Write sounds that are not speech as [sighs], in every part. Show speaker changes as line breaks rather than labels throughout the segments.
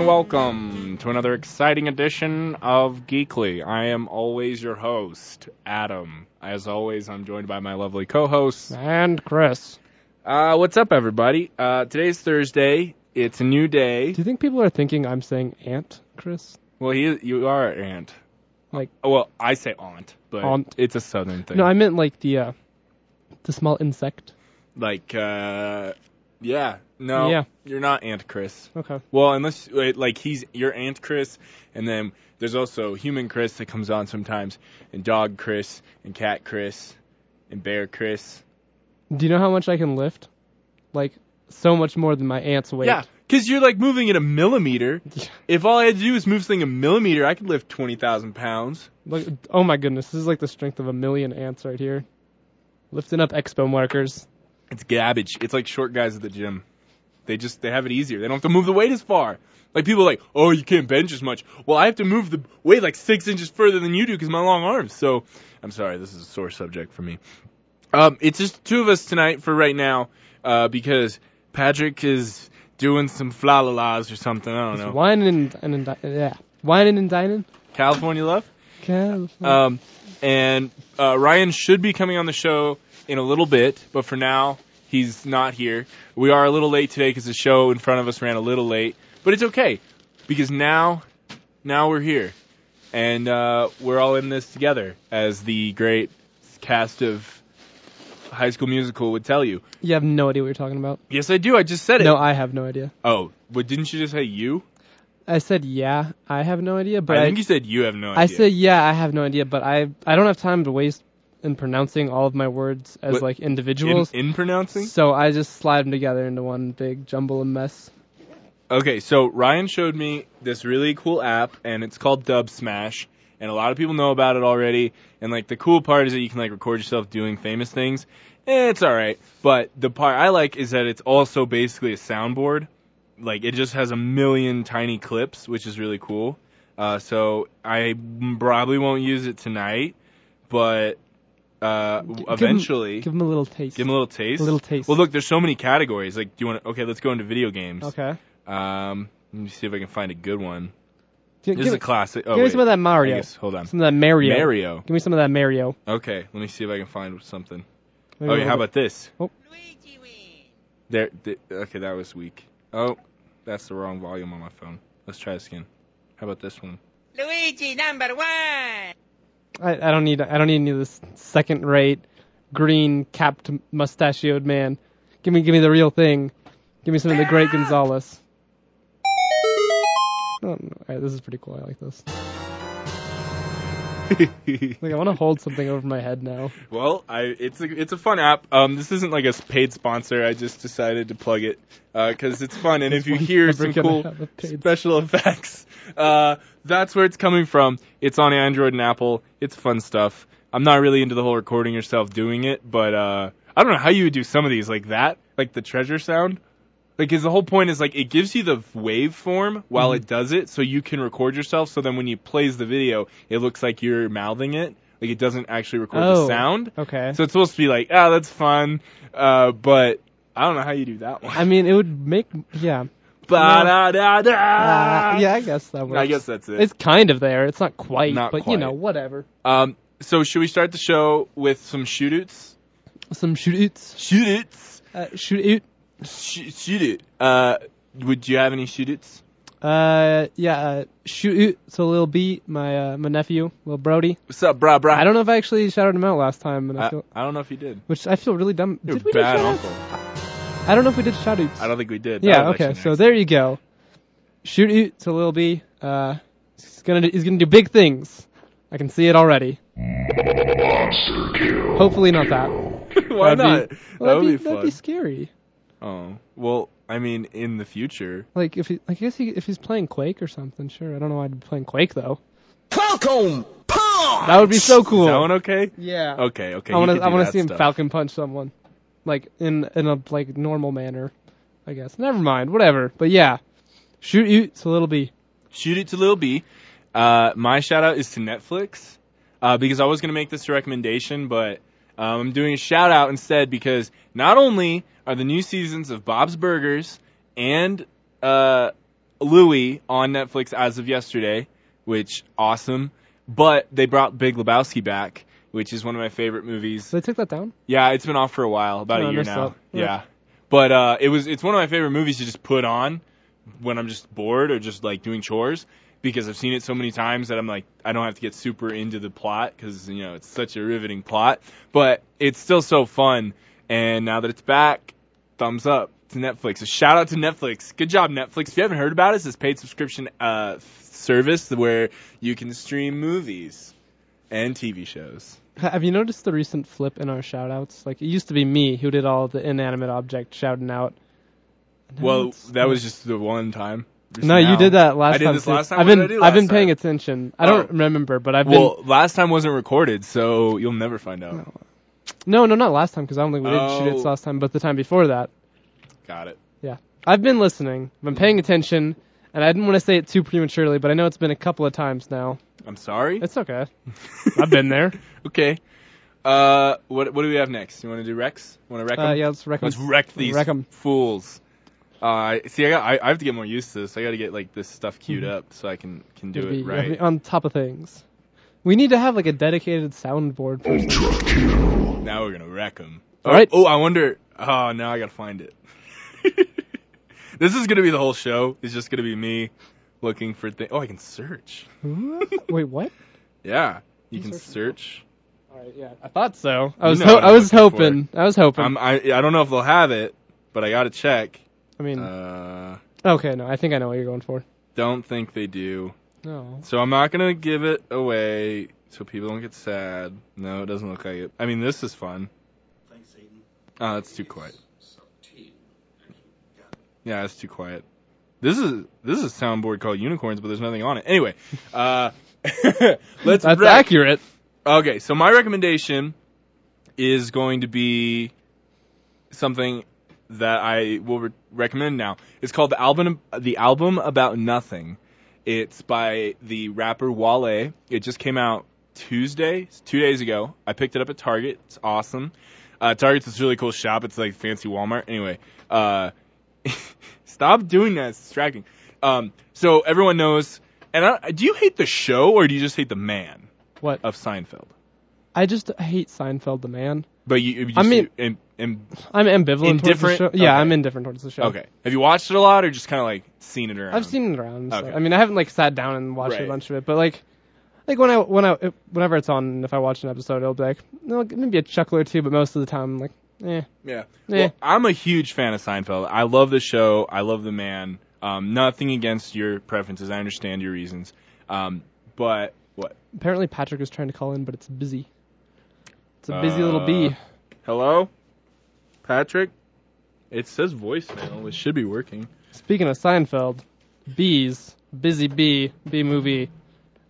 welcome to another exciting edition of Geekly. I am always your host, Adam. As always, I'm joined by my lovely co-hosts.
And Chris.
Uh, what's up, everybody? Uh, today's Thursday. It's a new day.
Do you think people are thinking I'm saying aunt, Chris?
Well, he, you are an aunt.
Like-
oh, well, I say aunt, but
Aunt.
it's a southern thing.
No, I meant like the uh, the small insect.
like, uh, yeah, no,
Yeah.
you're not Aunt Chris.
Okay.
Well, unless wait, like he's your aunt Chris, and then there's also human Chris that comes on sometimes, and dog Chris, and cat Chris, and bear Chris.
Do you know how much I can lift? Like so much more than my aunt's weight.
Yeah, because you're like moving it a millimeter.
Yeah.
If all I had to do was move something a millimeter, I could lift twenty thousand pounds.
Like, oh my goodness, this is like the strength of a million ants right here. Lifting up expo markers.
It's garbage. It's like short guys at the gym. They just they have it easier. They don't have to move the weight as far. Like people are like, oh, you can't bench as much. Well, I have to move the weight like six inches further than you do because my long arms. So I'm sorry, this is a sore subject for me. Um, it's just two of us tonight for right now uh, because Patrick is doing some flalalas or something. I don't
It's
know.
Whining and, and, and yeah, whining and dining.
California love.
California.
Um, and uh, Ryan should be coming on the show in a little bit, but for now, he's not here. We are a little late today because the show in front of us ran a little late, but it's okay because now, now we're here, and uh, we're all in this together, as the great cast of High School Musical would tell you.
you have no idea what you're talking about.
Yes, I do. I just said it.
No, I have no idea.
oh, but didn't you just say you?
I said yeah, I have no idea, but
I think you said you have no idea.
I say yeah, I have no idea, but I I don't have time to waste in pronouncing all of my words as
What-
like
in,
individuals.
in pronouncing.
so I just slide them together into one big jumble of mess.
Okay, so Ryan showed me this really cool app, and it's called Dub Smash, and a lot of people know about it already. And like the cool part is that you can like record yourself doing famous things. Eh, it's all right, but the part I like is that it's also basically a soundboard. Like it just has a million tiny clips, which is really cool. Uh, so I probably won't use it tonight, but uh,
Give 'em-
eventually,
Give them a little taste.
give them a little taste.
a little taste.
Well, look, there's so many categories. Like, do you want to? Okay, let's go into video games.
okay.
Um, let me see if I can find a good one.
Give,
This
give
is
me-
a classic. Oh,
give me
wait.
some of that Mario.
I guess- hold on.
Some of that Mario.
Mario.
Give me some of that Mario.
Okay, let me see if I can find something.
Maybe
Okay,
a
Oh, how
little
about this?
Luigi win.
There. th- okay, that was weak. Oh, that's the wrong volume on my phone. Let's try this again. How about this
[laughs]
one? [laughs]
Luigi number one.
bit. I, I don't need I don't need any of this second rate green capped mustachioed man. Give me give me the real thing. Give me some of the great Gonzalez. Oh, all right, this is pretty cool. I like this. Like I want to hold something over my head now.
well, I it's a it's a fun app. Um, this isn't like a paid sponsor. I just decided to plug it because it's fun, [laughs] and if you hear
Never
some
gonna
cool
have a paid-
special effects. Uh, that's where it's coming from. It's on Android and Apple. It's fun stuff. I'm not really into the whole recording yourself doing it, but uh, I don't know how you would do some of these like that, like the treasure sound. Like, 'cause the whole point is like it gives you the waveform while
Mm-hmm.
it does it, so you can record yourself. So then when you plays the video, it looks like you're mouthing it. Like it doesn't actually record the
Oh.
sound.
Okay.
So it's supposed to be like, ah, that's fun, uh, but I don't know how you do that one.
I mean, it would make yeah.
Ba-da-da-da!
Uh, yeah, I guess that works.
Ah. I guess that's it.
it's kind of there. It's not quite,
Not
but you know,
quite.
whatever.
Um, so should we start the show with some shootouts?
Some shootouts.
Shootouts.
Uh, shootout.
Sh- shoot it. Uh, would you have any shootouts?
Uh, yeah. Uh, shootout. So Lil B, my uh, my nephew, Lil Brody.
What's up, brah, brah?
I don't know if I actually shouted him out last time, and I
I,
feel,
I don't know if you did.
which I feel really dumb.
Uh, You're
did we do
bad
shoutouts?
uncle.
I don't know if we did shoutouts.
I don't think we did. That
Yeah.
was
Okay.
actually
So
nice.
there you go. Shootout to Lil B. Uh, he's gonna do, he's gonna do big things. I can see it already. Hopefully not that.
[laughs] why not?
That'd be-
that
Well,
would be,
that'd
fun.
be scary.
oh well, I mean, in the future.
Like if he, I guess he, if he's playing Quake or something, sure. I don't know why I'd be playing Quake though.
Falcon punch.
That would be so cool.
Is that one okay?
yeah.
Okay, okay.
I want
you
to
could
I
do
want to
that
see him
stuff.
Falcon punch someone, like in in a like normal manner, I guess. Never mind, whatever. But yeah, shoot you to little B.
shoot it to Lil B. Uh, my shout out is to Netflix uh, because I was going to make this a recommendation, but um, I'm doing a shout out instead because not only are the new seasons of Bob's Burgers and uh, Louis on Netflix as of yesterday, which awesome. But they brought Big Lebowski back, which is one of my favorite movies.
So they took that down.
Yeah, it's been off for a while, about
Oh, I
a year
messed
now.
up.
Yeah.
Yeah.
But uh it was it's one of my favorite movies to just put on when I'm just bored or just like doing chores because I've seen it so many times that I'm like I don't have to get super into the plot cuz you know, it's such a riveting plot, but it's still so fun and now that it's back, thumbs up to Netflix. A shout out to Netflix. Good job Netflix. If you haven't heard about it, it's this paid subscription uh service where you can stream movies and TV shows.
Ha- Have you noticed the recent flip in our shout outs? Like it used to be me who did all the inanimate object shouting out. And now
Well,
it's-
that was just the one time. Just
No,
now.
you did that last
I did
time.
this
too.
last time?
I've
What
been
did I do
I've been
last
paying
time?
attention. I don't
Oh.
remember, but I've
Well,
been
last time wasn't recorded, so you'll never find out.
No. No, no, not last time because I don't think we did
Oh.
shoot it last time, but the time before that.
Got it.
I've been listening. I've been paying attention, and I didn't want to say it too prematurely, but I know it's been a couple of times now.
I'm sorry. [laughs]
It's okay. I've been there.
okay. Uh, what what do we have next? You want to do Rex? Want to wreck 'em?
Uh, yeah, let's recommend.
Let's wreck these
wreck 'em.
fools. Uh, see, I, got, I I have to get more used to this. I got to get like this stuff queued
Mhm.
up so I can can do
Gotta
it
be- gotta
right.
be on top of things. We need to have like a dedicated soundboard. For
Now we're gonna wreck them.
All right.
Oh, I wonder. Oh, now I gotta find it. [laughs] this is gonna be the whole show. It's just gonna be me looking for things. Oh, I can
[laughs]
search.
Wait, what?
Yeah, you
You
can
search
search.
All right, yeah, I thought so. I was
know
ho-
what
I
I'm
was
looking for.
hoping. I was hoping.
I'm, Um, I I don't know if they'll have it, but I gotta check.
I mean,
Uh,
okay, no, I think I know what you're going for.
don't think they do,
No.
so I'm not gonna give it away so people don't get sad. No, it doesn't look like it. I mean, this is fun.
Thanks, Aiden.
Oh, that's too quiet.
Subteam.
Yeah, that's too quiet. This is this is a soundboard called unicorns, but there's nothing on it. Anyway, uh, [laughs] let's
That's
wreck.
accurate.
Okay, so my recommendation is going to be something that I will re- recommend now. It's called the album the album about nothing. It's by the rapper Wale. It just came out Tuesday, it's two days ago. I picked it up at Target. It's awesome. Uh, Target's this really cool shop. It's like fancy Walmart. Anyway, uh, [laughs] stop doing that. It's distracting. Um, so everyone knows. And I, do you hate the show or do you just hate the man
What?
of Seinfeld?
I just hate Seinfeld the man.
But you, you
I mean-
and, and
I'm ambivalent
Indifferent?
towards the show. Yeah,
Okay.
I'm indifferent towards the show.
okay, have you watched it a lot or just kind of like seen it around?
I've seen it around. so-
Okay.
I mean, I haven't like sat down and watched
Right.
a bunch of it, but like, like when I when I whenever it's on, if I watch an episode, it'll be like no, maybe a chuckle or two, but most of the time I'm like, eh.
Yeah.
Yeah.
Well, I'm a huge fan of Seinfeld. I love the show. I love the man. Um, nothing against your preferences. I understand your reasons. Um, but what?
Apparently Patrick was trying to call in, but it's busy. It's a busy little
Uh,
bee.
Hello, Patrick. It says voicemail. It should be working.
Speaking of Seinfeld, bees, busy bee, bee movie.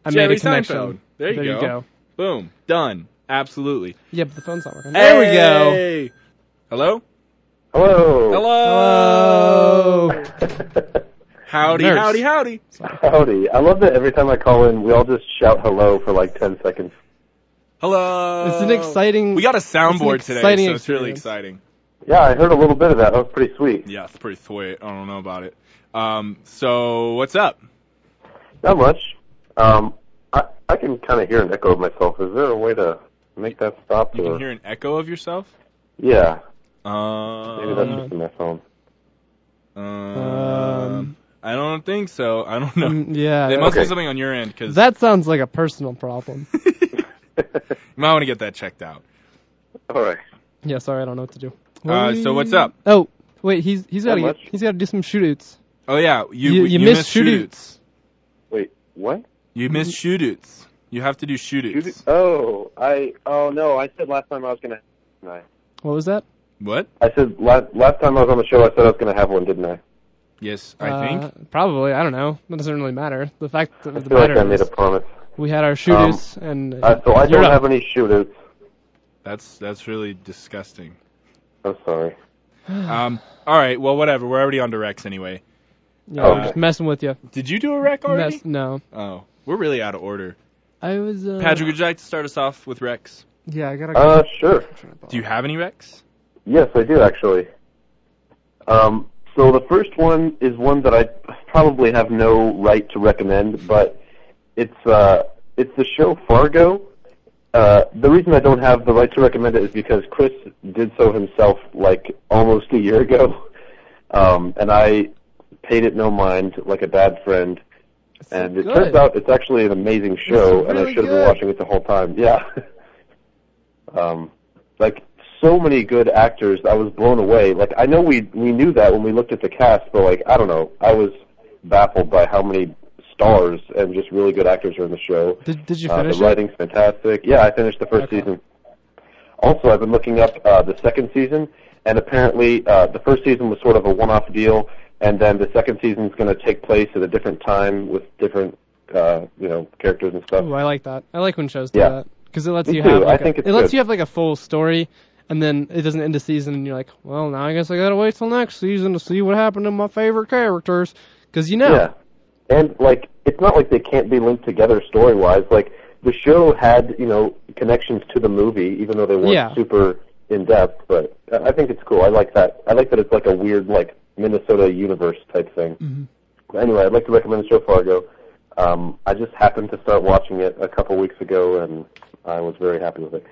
I
Jerry
made a connection.
Seinfeld. There you
You
go. Boom. Done. Absolutely.
Yeah, but the phone's not working. There we go.
we go. Hello.
Hello.
Hello. Howdy,
Nurse.
howdy, howdy.
[laughs] Howdy. I love that every time I call in, we all just shout hello for like 10 seconds.
Hello.
It's an exciting.
We got a soundboard
It's an
today, so
exciting
it's really
experience.
exciting.
Yeah, I heard a little bit of that. That was pretty sweet.
Yeah, it's pretty sweet. I don't know about it. Um, so what's up?
Not much. Um, I, I can kind of hear an echo of myself. Is there a way to make that stop?
You
or...
can hear an echo of yourself.
Yeah, maybe that's
Um,
just in my phone.
um, I don't think so. I don't know.
Mm, yeah.
There must be
Okay.
something on your end because
That sounds like a personal problem.
[laughs] you might want to get that checked out.
[laughs] all right.
Yeah, sorry, I don't know what to do.
Uh, so what's up?
Oh, wait, he's he's
Not
got to
much.
he's got to do some shootouts.
Oh yeah, you
You- you missed shootouts.
Wait, what?
You
Mm-hmm.
missed shootouts. You have to do shootouts.
Shoot- Oh, I. Oh no, I said last time I was gonna. I
What was that?
What?
I said last last time I was on the show, I said I was gonna have one, didn't I?
Yes, I
Uh,
think.
probably. I don't know. That doesn't really matter. The fact that
I
the
feel like
matter
I made a
is
promise.
we had our shootouts and
Uh, so I
you're
don't
up.
have any shooters.
That's that's really disgusting.
I'm sorry.
Um, all right, well, whatever. We're already on to Rex anyway.
yeah,
Oh.
I'm just messing with you.
Did you do a rec already?
Mess, no,
Oh, we're really out of order.
I was. Uh,
Patrick, would you like to start us off with Rex?
Yeah, I gotta.
Uh, sure.
Do you have any Rex?
Yes, I do actually. Um, So the first one is one that I probably have no right to recommend, but it's uh, it's the show Fargo. Uh, the reason I don't have the right to recommend it is because Chris did so himself like almost a year ago, um, and I paid it no mind like a bad friend.
It's
And it
good.
turns out it's actually an amazing show,
It's
and I
really
should have been
good.
watching it the whole time. Yeah. [laughs] um, like so many good actors, I was blown away. Like I know we we knew that when we looked at the cast, but like I don't know, I was baffled by how many stars and just really good actors are in the show.
Did, did you
Uh,
finish
the
it?
writing's fantastic. Yeah, I finished the first
Okay.
season. Also, I've been looking up uh, the second season, and apparently uh, the first season was sort of a one-off deal, and then the second season's going to take place at a different time with different, uh, you know, characters and stuff.
Ooh, Oh, I like that. I like when shows do
Yeah.
that because it lets
Me
you
too.
have.
I
Like a-
think it's
it lets
good.
you have like a full story, and then it doesn't end the season, and you're like, well, now I guess I gotta wait till next season to see what happened to my favorite characters, because you know.
Yeah. And like it's not like they can't be linked together story wise. Like the show had, you know, connections to the movie, even though they weren't
Yeah.
super in depth, but I I think it's cool. I like that. I like that it's like a weird like Minnesota universe type thing.
Mhm.
But Anyway, I'd like to recommend the show Fargo. Um, I just happened to start watching it a couple weeks ago and I was very happy with it.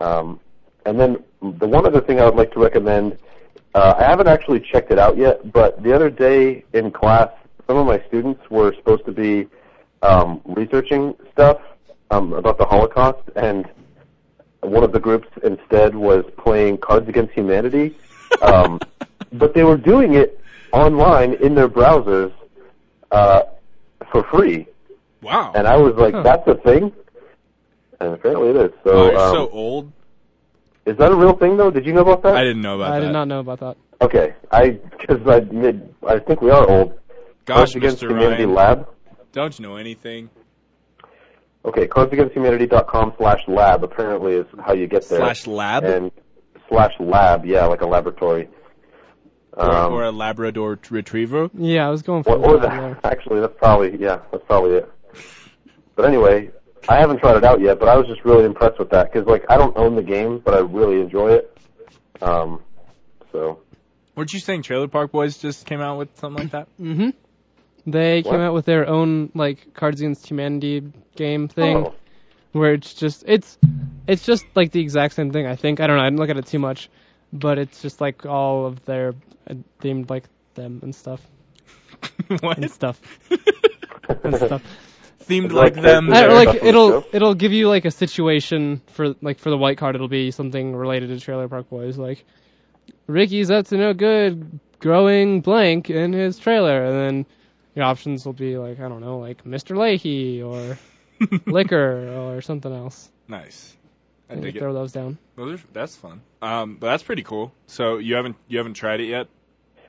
Um, and then the one other thing I would like to recommend, uh, I haven't actually checked it out yet, but the other day in class, some of my students were supposed to be um, researching stuff um, about the Holocaust, and one of the groups instead was playing Cards Against Humanity, um, but they were doing it online in their browsers uh, for free,
Wow.
and I was like,
Huh.
"That's a thing." And apparently it is. So,
Oh, you're
um,
so old.
is that a real thing though? Did you know about that?
I didn't know about
I
that.
did not know about that.
Okay, I because I admit I think we are old.
Gosh,
Cards Against
Mr.
Humanity
Ryan,
Lab.
don't you know anything?
Okay, cardsagainsthumanity.com slash lab apparently is how you get there.
Slash lab
and slash lab, yeah, like a laboratory.
or,
Um,
or a Labrador t- retriever?
Yeah, I was going for
or, or
that
the,
there.
actually, that's probably yeah, that's probably it. But anyway, I haven't tried it out yet, but I was just really impressed with that because like I don't own the game, but I really enjoy it. Um, so
Weren't you saying Trailer Park Boys just came out with something [laughs] like that?
Mhm. They
What?
came out with their own like Cards Against Humanity game thing.
oh,
where it's just it's it's just like the exact same thing. I think I don't know. I didn't look at it too much, but it's just like all of their uh, themed like them and stuff
what?
and stuff and stuff.
[laughs] Themed like
Like
them.
this
I
there.
is-
don't, like
That's what
it'll
it's called.
it'll give you like a situation for like for the white card. It'll be something related to Trailer Park Boys, like Ricky's up to no good growing blank in his trailer, and then your options will be like I don't know, like Mr.
[laughs]
Leahy or liquor or something else.
nice. I
And you
dig it.
throw those down.
Those are, that's fun. Um, but that's pretty cool. So you haven't you haven't tried it yet,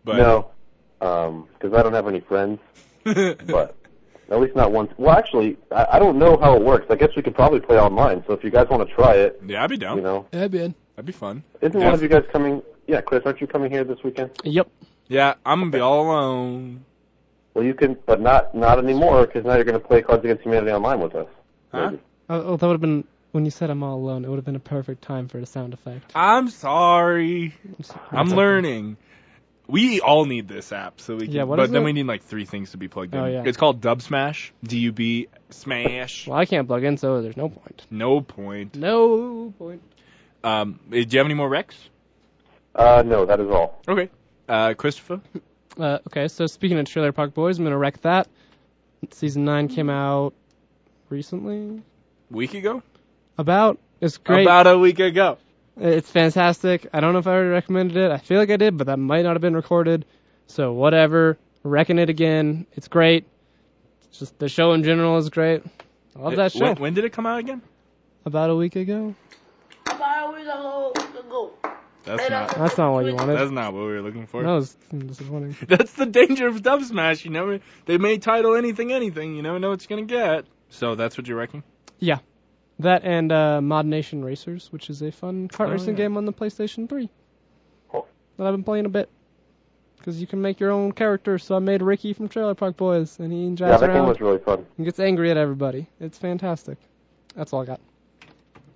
but
[laughs] no, because I don't have any friends.
[laughs]
but at least not once. Well, actually, I, I don't know how it works. I guess we could probably play online. So if you guys want to try it,
yeah, I'd be down.
you know,
Yeah, man.
That'd be fun.
isn't
Yeah.
one of you guys coming? Yeah, Chris, aren't you coming here this weekend?
Yep.
Yeah, I'm gonna be all alone.
Well, you can, but not not anymore because now you're going to play Cards Against Humanity online with us.
Huh?
Maybe.
Oh, oh, that would have been when you said I'm all alone. It would have been a perfect time for the sound effect.
I'm sorry.
It's-
I'm
it's okay.
learning. We all need this app, so we can.
Yeah, what
but
is
then
it?
we need like three things to be plugged in.
Oh, yeah.
It's called Dub Smash. D U B Smash.
Well, I can't plug in, so there's no point.
No point.
No point.
Um, eh, do you have any more Rex?
Uh, no, that is all.
Okay. Uh, Christopher.
Uh, okay, so speaking of Trailer Park Boys, I'm gonna wreck that. Season nine came
Mm.
out recently.
Week ago.
About it's great.
About a week ago.
it's fantastic. I don't know if I already recommended it. I feel like I did, but that might not have been recorded. So whatever. Wrecking it again. It's great. It's just the show in general is great. I love that
Eh,
show.
When, when did it come out again?
About a week ago.
That's not.
That's not what you wanted.
That's not what we were looking for.
That was disappointing.
[laughs] That's the danger of Dub Smash. You never. They may title anything anything. You never know what you're gonna get. So that's what you're reckoning.
That and uh, Mod Nation Racers, which is a fun kart
Oh,
racing
yeah.
game on the PlayStation 3
Cool.
that I've been playing a bit. Because you can make your own character, so I made Ricky from Trailer Park Boys, and he
yeah,
drives
that game
around
was really fun.
and gets angry at everybody. It's fantastic. That's all I got.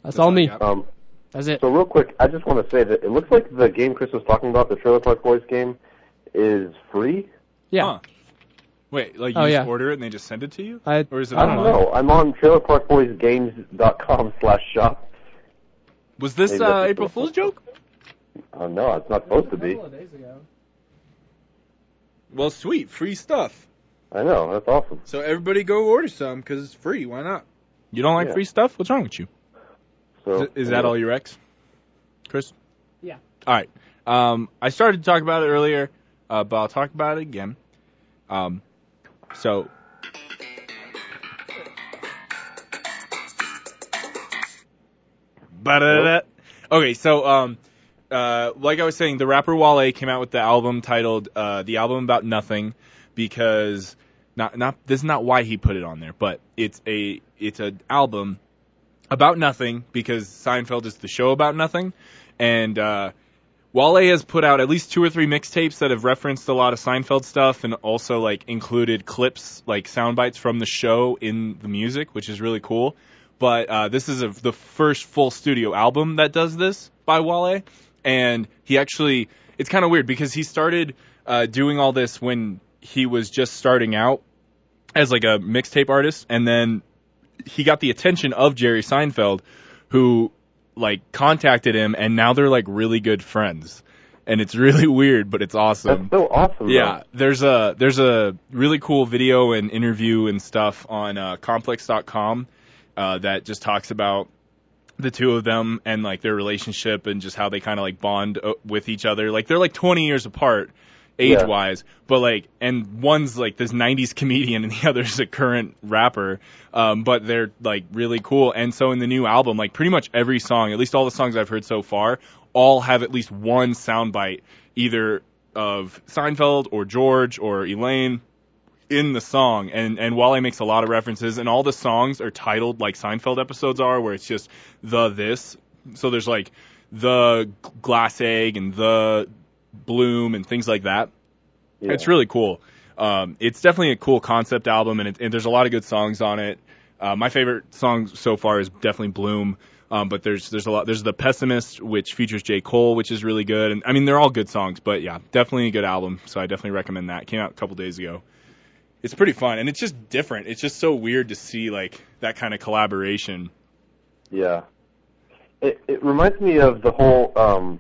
That's,
That's
all
all I
me.
got.
Um,
That's it.
so real quick, I just want to say that it looks like the game Chris was talking about, the Trailer Park Boys game, is free.
Yeah.
Huh. Wait, like you
Oh,
just
yeah.
order it and they just send it to you?
I
Or is it
I don't
online?
know. I'm on trailerparkboysgames.com/shop.
Was this
Maybe that's
uh,
just
April
what-
Fool's joke?
Oh no, it's not supposed to be.
Well, sweet, free stuff.
I know. That's awesome.
So everybody go order some because it's free. Why not? You don't like
Yeah.
free stuff? What's wrong with you?
So
Is, is that all your ex, Chris?
Yeah.
All right. Um, I started to talk about it earlier, uh, but I'll talk about it again. Um, so. Ba-da-da. Okay, so um, uh, like I was saying, the rapper Wale came out with the album titled uh, "The Album About Nothing" because not not this is not why he put it on there, but it's a it's an album about nothing because Seinfeld is the show about nothing, and uh, Wale has put out at least two or three mixtapes that have referenced a lot of Seinfeld stuff and also like included clips like sound bites from the show in the music, which is really cool. But uh, this is a, the first full studio album that does this by Wale, and he actually it's kind of weird because he started uh, doing all this when he was just starting out as like a mixtape artist, and then he got the attention of Jerry Seinfeld, who like contacted him, and now they're like really good friends. And it's [laughs] really weird, but it's
That's
awesome.
so awesome.
Yeah, there's a there's a really cool video and interview and stuff on uh, complex.com uh, that just talks about the two of them and like their relationship and just how they kind of like bond uh, with each other. Like they're like 20 years apart age
Yeah.
wise, but like and one's like this 90s comedian and [laughs] the other's a current rapper. Um, but they're like really cool. And so in the new album, like pretty much every song, at least all the songs I've heard so far, all have at least one soundbite either of Seinfeld or George or Elaine in the song and and Wale makes a lot of references and all the songs are titled like Seinfeld episodes are where it's just the this so there's like the glass egg and the bloom and things like that
though. Yeah.
it's really cool um, it's definitely a cool concept album and, it, and there's a lot of good songs on it uh, my favorite song so far is definitely bloom um, but there's there's a lot there's the pessimist which features J Cole which is really good and I mean they're all good songs but yeah definitely a good album so I definitely recommend that came out a couple days ago it's pretty fun and it's just different it's just so weird to see like that kind of collaboration
Yeah. It it reminds me of the whole um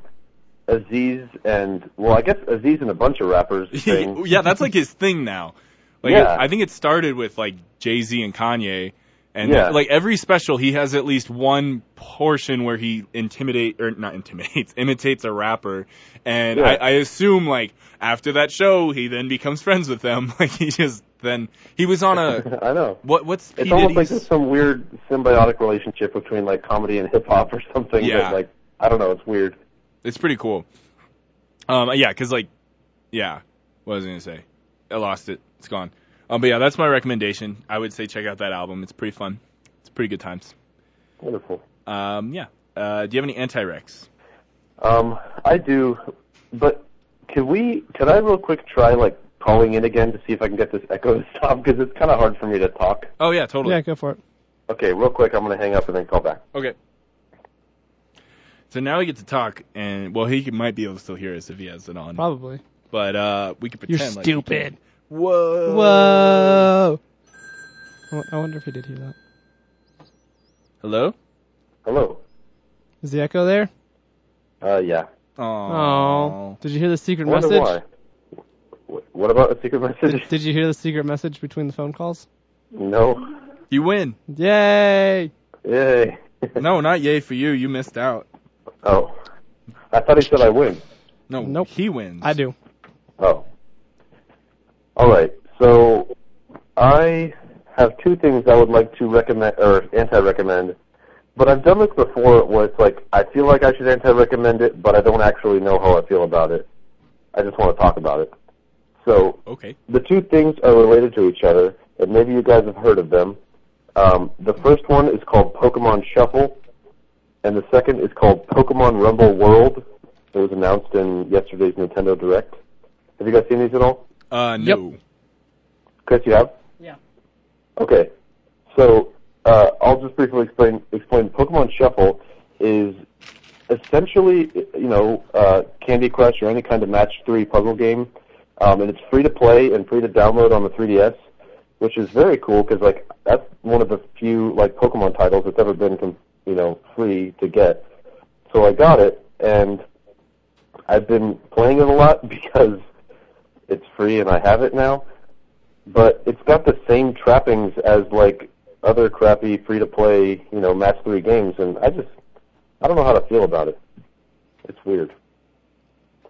Aziz and well, I guess Aziz and a bunch of
[laughs]
rappers thing.
yeah that's like his thing now like
Yeah.
I think it started with like Jay Z and Kanye and
Yeah.
like every special he has at least one portion where he intimidate or not intimidates [laughs] imitates a rapper and
Yeah.
I, I assume like after that show he then becomes friends with them [laughs] like he just then he was on
[laughs]
a
I know.
what what's P
It's almost like
Diddy's-
there's some weird symbiotic relationship between like comedy and hip hop or something.
Yeah.
That, like I don't know. It's weird.
It's pretty cool. Um, yeah, 'cause like, yeah, what was I gonna say? I lost it. It's gone. Um, but yeah, that's my recommendation. I would say check out that album. It's pretty fun. It's pretty good times.
Wonderful.
Um, yeah. Uh, do you have any anti-recs?
Um, I do, but could we? Could I real quick try like calling in again to see if I can get this echo to stop because it's kind of hard for me to talk.
Oh yeah, totally.
Yeah, go for it.
Okay, real quick, I'm gonna hang up and then call back.
Okay. So now we get to talk, and well, he might be able to still hear us if he has it on.
Probably.
But uh, we could
You're
pretend. like-
stupid.
Whoa.
Whoa. I wo- I wonder if he did hear that.
Hello.
Hello.
Is the echo there?
Uh, yeah.
Oh.
Oh.
Did you hear the secret
Wonder
message?
why. Wh- What about a secret message?
Did, did you hear the secret message between the phone calls?
[laughs] no.
You win.
Yay!
Yay.
No, not yay for you. You missed out.
[laughs] oh. I thought he said I win.
No.
Nope.
He wins.
I do.
Oh. All right. So I have two things I would like to recommend or anti-recommend, but I've done this before where it's like I feel like I should anti-recommend it, but I don't actually know how I feel about it. I just want to talk about it. So
Okay.
the two things are related to each other, and maybe you guys have heard of them. Um, the first one is called Pokemon Shuffle, and the second is called Pokemon Rumble World. It was announced in yesterday's Nintendo Direct. Have you guys seen these at all?
Uh,
Yep.
no.
Chris, you have?
Yeah.
Okay. So uh, I'll just briefly explain. Explain Pokemon Shuffle is essentially, you know, uh, Candy Crush or any kind of match three puzzle game, um, and it's free to play and free to download on the 3DS, which is very cool because like that's one of the few like Pokemon titles that's ever been com- you know free to get. So I got it, and I've been playing it a lot [laughs] because it's free and I have it now. But it's got the same trappings as like other crappy free to play, you know, match three games, and I just I don't know how to feel about it. It's weird.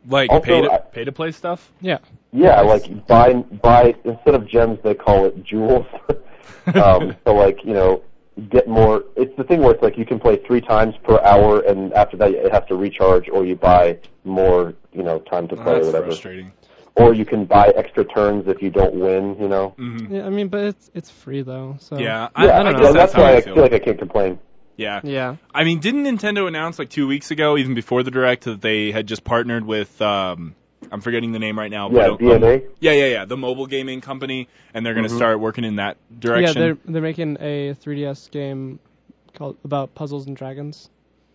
Like
Also,
pay to
I-
pay to play stuff.
Yeah.
Yeah, like buy buy instead of gems, they call it jewels. [laughs] um, so like you know, get more. It's the thing where it's like you can play three times per hour, and after that it has to recharge, or you buy more, you know, time to
Oh,
play or
that's
whatever.
frustrating.
Or you can buy extra turns if you don't win, you know.
hmm
Yeah, I mean, but it's it's free though. So
Yeah,
yeah,
I, I
so
guess that's,
that's
how
why
I
I
feel.
feel like I can't complain.
yeah,
Yeah.
I mean, didn't Nintendo announce like two weeks ago, even before the direct, that they had just partnered with um, I'm forgetting the name right now.
Yeah,
but, um,
DNA.
yeah, yeah, yeah, the mobile gaming company, and they're going to
Mhm.
start working in that
Mm-hmm. Yeah,
direction.
they're they're making a 3DS game called about puzzles and dragons,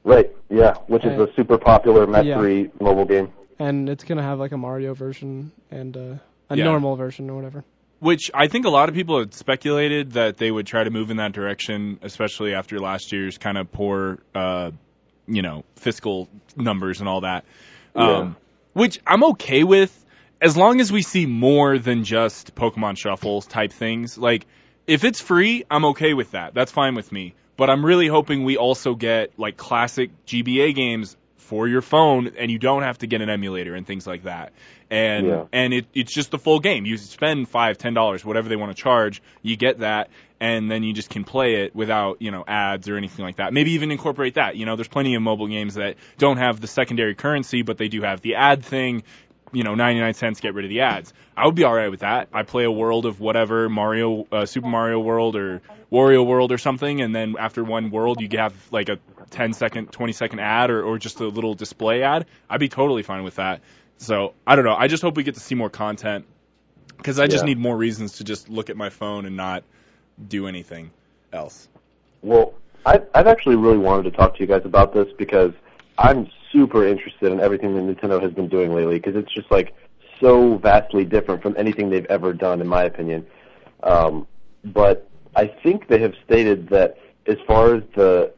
Right. Yeah, which is
Uh,
a super popular Match
yeah.
3 mobile game.
and it's gonna have like a Mario version and uh, a
Yeah.
normal version or whatever.
Which I think a lot of people had speculated that they would try to move in that direction, especially after last year's kind of poor, uh, you know, fiscal numbers and all that. Um, which I'm okay with as long as we see more than just Pokemon Shuffles type things. Like, if it's free, I'm okay with that. That's fine with me. But I'm really hoping we also get like classic GBA games for your phone and you don't have to get an emulator and things like that. And
Yeah.
and it, it's just the full game. You spend five, ten dollars, whatever they want to charge, you get that, and then you just can play it without, you know, ads or anything like that. Maybe even incorporate that. You know, there's plenty of mobile games that don't have the secondary currency, but they do have the ad thing you know, 99 cents, get rid of the ads. I would be all right with that. I play a world of whatever Mario, uh, Super Mario World or Wario World or something, and then after one world, you have like a 10 second, 20 second ad or, or just a little display ad. I'd be totally fine with that. So I don't know. I just hope we get to see more content because I just
Yeah.
need more reasons to just look at my phone and not do anything else.
Well, I, I've actually really wanted to talk to you guys about this because I'm super interested in everything that Nintendo has been doing lately because it's just like so vastly different from anything they've ever done, in my opinion. Um, but I think they have stated that as far as the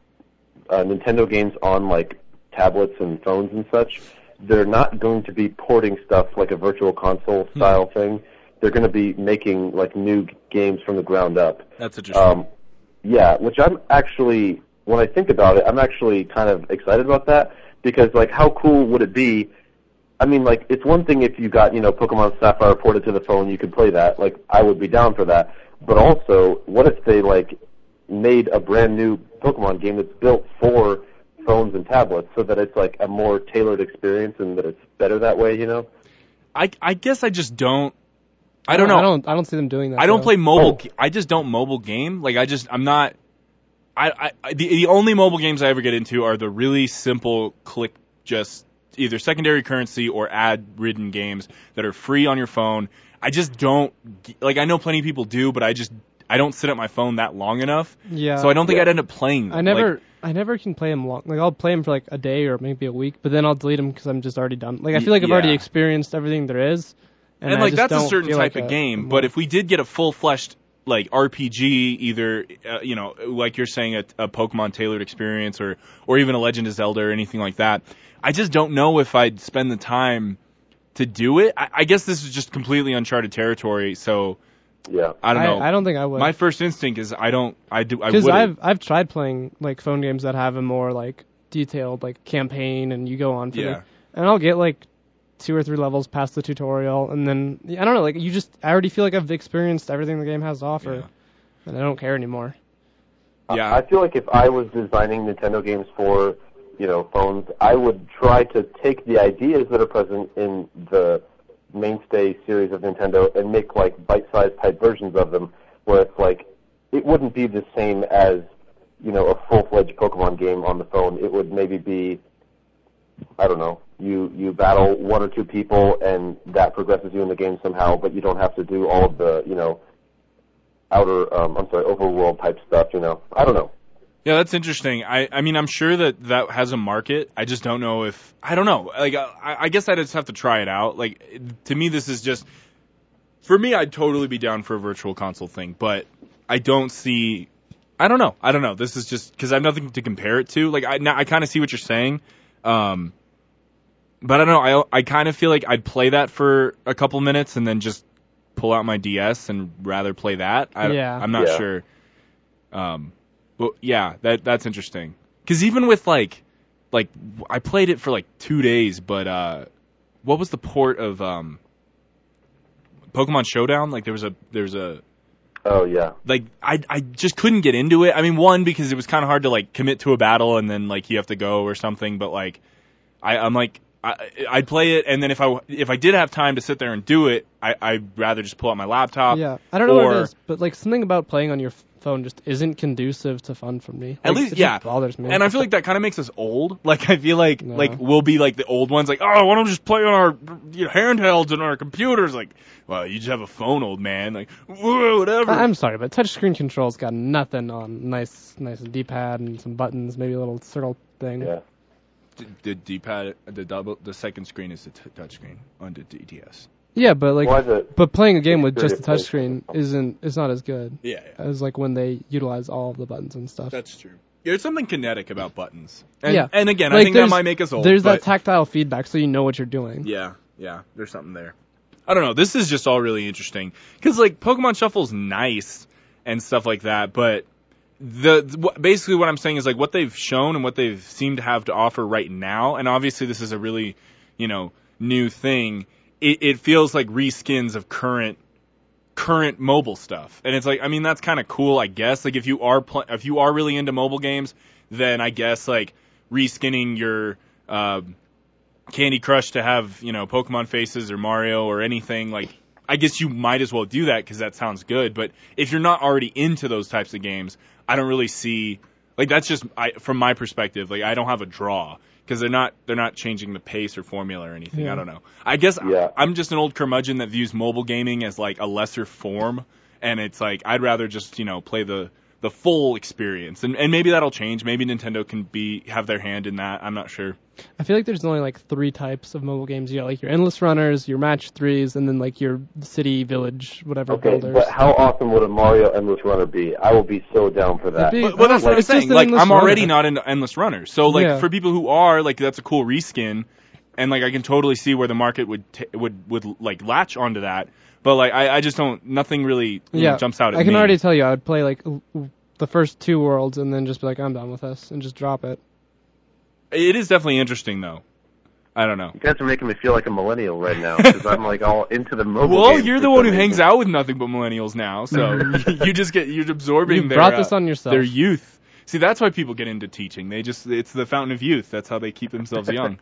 uh, Nintendo games on like tablets and phones and such, they're not going to be porting stuff like a virtual console style thing. They're going to be making like new g- games from the ground up.
That's interesting.
Um, yeah, which I'm actually, when I think about it, I'm actually kind of excited about that because, like, how cool would it be? I mean, like, it's one thing if you got, you know, Pokemon Sapphire ported to the phone, you could play that. Like, I would be down for that. But also, what if they, like, made a brand new Pokemon game that's built for phones and tablets so that it's, like, a more tailored experience and that it's better that way, you know?
I, I guess I just don't. I don't know.
I don't I don't see them doing that.
I don't
though.
play mobile.
Oh.
ga- I just don't mobile game. Like I just I'm not. I, I- I the the only mobile games I ever get into are the really simple click just either secondary currency or ad ridden games that are free on your phone. I just don't g- like I know plenty of people do, but I just I don't sit at my phone that long enough.
Yeah.
So I don't think
Yeah.
I'd end up playing. Them.
I never
Like,
I never can play them long. Like I'll play them for like a day or maybe a week, but then I'll delete them because I'm just already done. Like I
Y-
feel like I've already
yeah.
experienced everything there is. And,
and
I
like
just
that's a
don't
certain
feel
type
like
of
a-
game. But if we did get a full fleshed like RPG, either uh, you know, like you're saying, a, a Pokemon tailored experience, or or even a Legend of Zelda or anything like that, I just don't know if I'd spend the time to do it. I, I guess this is just completely uncharted territory, so
Yeah.
I don't know.
I, I don't think I would.
My first instinct is I don't. I do. I
because
would.
I've I've tried playing like phone games that have a more like detailed like campaign and you go on for
Yeah.
the, and I'll get like two or three levels past the tutorial and then I don't know like you just I already feel like I've experienced everything the game has to offer
Yeah.
and I don't care anymore.
Yeah.
I feel like if I was designing Nintendo games for, you know, phones, I would try to take the ideas that are present in the mainstay series of Nintendo and make like bite-sized type versions of them, where it's like it wouldn't be the same as, you know, a full-fledged Pokemon game on the phone. It would maybe be, I don't know, you you battle one or two people and that progresses you in the game somehow, but you don't have to do all of the, you know. Outer, um, I'm sorry, overworld type stuff. You know, I don't know.
Yeah, that's interesting. I, I mean, I'm sure that that has a market. I just don't know if I don't know. Like, uh, I, I guess I just have to try it out. Like, to me, this is just for me. I'd totally be down for a virtual console thing, but I don't see. I don't know. I don't know. This is just because I have nothing to compare it to. Like, I now I kind of see what you're saying, um, but I don't know. I I kind of feel like I'd play that for a couple minutes and then just pull out my DS and rather play that. I,
Yeah.
I'm not
Yeah.
sure. Um, but yeah, that that's interesting. Because even with like, like I played it for like two days, but uh, what was the port of um, Pokemon Showdown? Like there was a there was a
Oh yeah,
like I I just couldn't get into it. I mean, one because it was kind of hard to like commit to a battle and then like you have to go or something. But like I I'm like I I'd play it and then if I if I did have time to sit there and do it, I I'd rather just pull out my laptop.
yeah, I don't know what
Uh, or-
it is, but like something about playing on your f- phone just isn't conducive to fun for me.
At
Like,
least-
it just
yeah.
bothers me.
And I feel like that kind of makes us old. [laughs] Like I feel like
No.
like we'll be like the old ones, like oh, why don't we just play on our you know, handhelds and our computers? Like, well, you just have a phone, old man. Like, whoa, whatever.
I- I'm sorry, but touchscreen controls got nothing on nice, nice D-pad and some buttons, maybe a little circle thing.
yeah.
D- the D-pad, the double, the second screen is the t- touch screen on the DDS.
Yeah, but like,
Why is it?
but playing a game with just the touchscreen
Experience.
isn't is not as good
Yeah,
as like when they utilize all of the buttons and stuff.
that's true. There's something kinetic about buttons. And,
Yeah.
And again, I
Like,
think that
there's-
might make us old.
There's
but
that tactile feedback, so you know what you're doing.
yeah, yeah. There's something there. I don't know. This is just all really interesting because like Pokemon Shuffle's nice and stuff like that, but the wh- basically what I'm saying is like what they've shown and what they've seemed to have to offer right now, and obviously this is a really you know new thing. It, it feels like reskins of current current mobile stuff, and it's like I mean that's kind of cool, I guess. Like if you are pl- if you are really into mobile games, then I guess like reskinning your uh, Candy Crush to have you know Pokemon faces or Mario or anything like. I guess you might as well do that because that sounds good. But if you're not already into those types of games, I don't really see like that's just I, from my perspective. Like I don't have a draw because they're not they're not changing the pace or formula or anything. I
Yeah.
don't know. I guess I-
Yeah.
I'm just an old curmudgeon that views mobile gaming as like a lesser form, and it's like I'd rather just you know play the the full experience. And and maybe that'll change. Maybe Nintendo can be have their hand in that. I'm not sure.
I feel like there's only like three types of mobile games. You got like your endless runners, your match threes, and then like your city, village, whatever
Okay,
builders.
but how awesome would a Mario Endless Runner be? I will be so down for
It'd
that.
be-
But, but that's what I'm
It's just
saying.
an
Like
endless
I'm already
runner.
not into endless runners. So like
Yeah.
for people who are like that's a cool reskin, and like I can totally see where the market would t- would would like latch onto that. But like I, I just don't. Nothing really you know, Mm, jumps out at
I can
me.
already tell you, I would play like l- l- the first two worlds and then just be like, I'm done with this, and just drop it.
it is definitely interesting though. I don't know.
You guys are making me feel like a millennial right
[laughs]
now because I'm like all into the mobile.
Well,
games
you're
for
the one who
some
hangs
reason.
out with nothing but millennials now, so [laughs] you just get you're absorbing
You
their
Mm-hmm. brought
uh,
this on yourself.
their youth. See, that's why people get into teaching. They just it's the fountain of youth. That's how they keep
[laughs]
themselves young.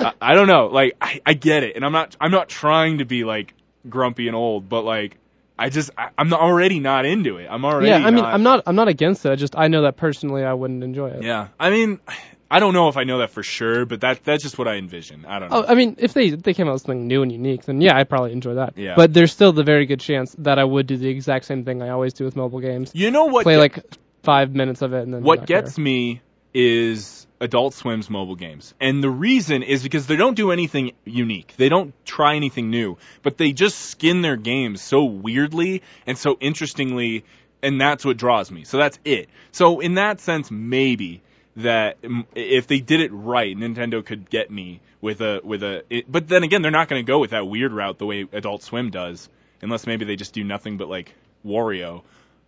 I, I don't know. Like I, I get it, and I'm not I'm not trying to be like grumpy and old, but like I just I, I'm not- already not into it. I'm already
yeah, I mean,
not,
I'm not, I'm not against it. I just, I know that personally, I wouldn't enjoy it.
Yeah, I mean, I don't know if I know that for sure, but that that's just what I envision. I don't know.
Oh, I mean, if they if they came out with something new and unique, then yeah, I'd probably enjoy that.
Yeah.
But there's still the very good chance that I would do the exact same thing I always do with mobile games.
you know what?
play
the-
like five minutes of it and then
what
not care.
gets me is Adult Swim's mobile games. And the reason is because they don't do anything unique. They don't try anything new, but they just skin their games so weirdly and so interestingly, and that's what draws me. So that's it. So in that sense, maybe that mm, if they did it right, Nintendo could get me with a with a. It, but then again, they're not going to go with that weird route the way Adult Swim does, unless maybe they just do nothing but like Wario.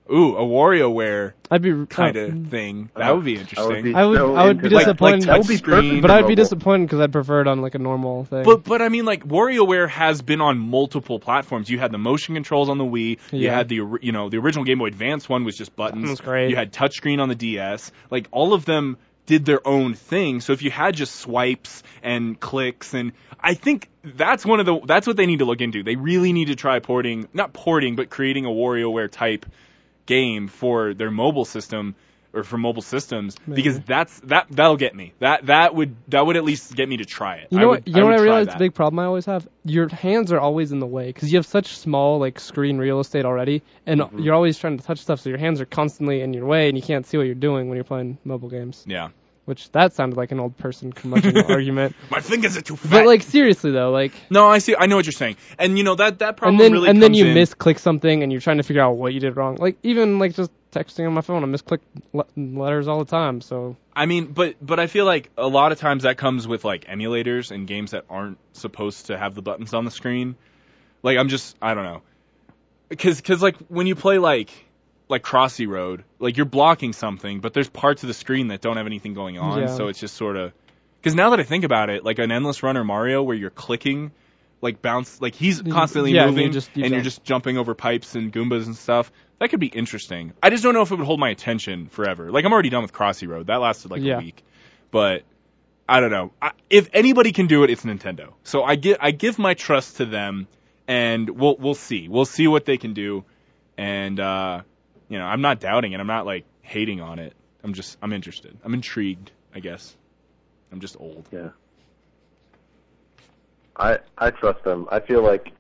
Ooh, a WarioWare
I'd be
kind of
uh,
thing. That would be interesting.
I would be,
I would-
so
I would be
into that.
disappointed.
Like, that would be
Like touchscreen,
perfect
But
for
I'd be
mobile.
disappointed because I prefer it on like a normal thing.
but but I mean like WarioWare has been on multiple platforms. You had the motion controls on the Wii. You
Yeah.
had the ori- you know the original Game Boy Advance one was just buttons.
That was great.
You had touchscreen on the DS. Like all of them did their own thing. So if you had just swipes and clicks and I think that's one of the that's what they need to look into. They really need to try porting not porting but creating a WarioWare type game for their mobile system or for mobile systems
Maybe.
because that's that that'll get me. That that would that would at least get me to try it.
You
I
know
would-
what? You know
would
what I
try
realized the
that.
big problem I always have. Your hands are always in the way because you have such small like screen real estate already, and
Mm-hmm.
you're always trying to touch stuff, so your hands are constantly in your way, and you can't see what you're doing when you're playing mobile games.
Yeah.
Which that sounded like an old
[laughs]
person curmudgeon argument.
My fingers are too fat.
But like seriously though, like
no, I see. I know what you're saying, and you know that that problem
and then
really
and then
comes
you
in-
misclick something and you're trying to figure out what you did wrong. Like even like just texting on my phone, I misclick le- letters all the time. So
I mean, but but I feel like a lot of times that comes with like emulators and games that aren't supposed to have the buttons on the screen. Like I'm just I don't know, because because like when you play like like Crossy Road, like you're blocking something, but there's parts of the screen that don't have anything going on,
Yeah.
so it's just sort of. Because now that I think about it, like an endless runner Mario, where you're clicking, like bounce, like he's
Y-
constantly
yeah, and
moving,
you just- you
and you're
jump.
just jumping over pipes and Goombas and stuff. That could be interesting. I just don't know if it would hold my attention forever. Like I'm already done with Crossy Road. That lasted like
Yeah.
a week, but I don't know. I, if anybody can do it, it's Nintendo. So I give I give my trust to them, and we'll we'll see. We'll see what they can do, and uh, you know I'm not doubting it. I'm not like hating on it. I'm just I'm interested. I'm intrigued. I guess. I'm just old.
Yeah. I I trust them. I feel like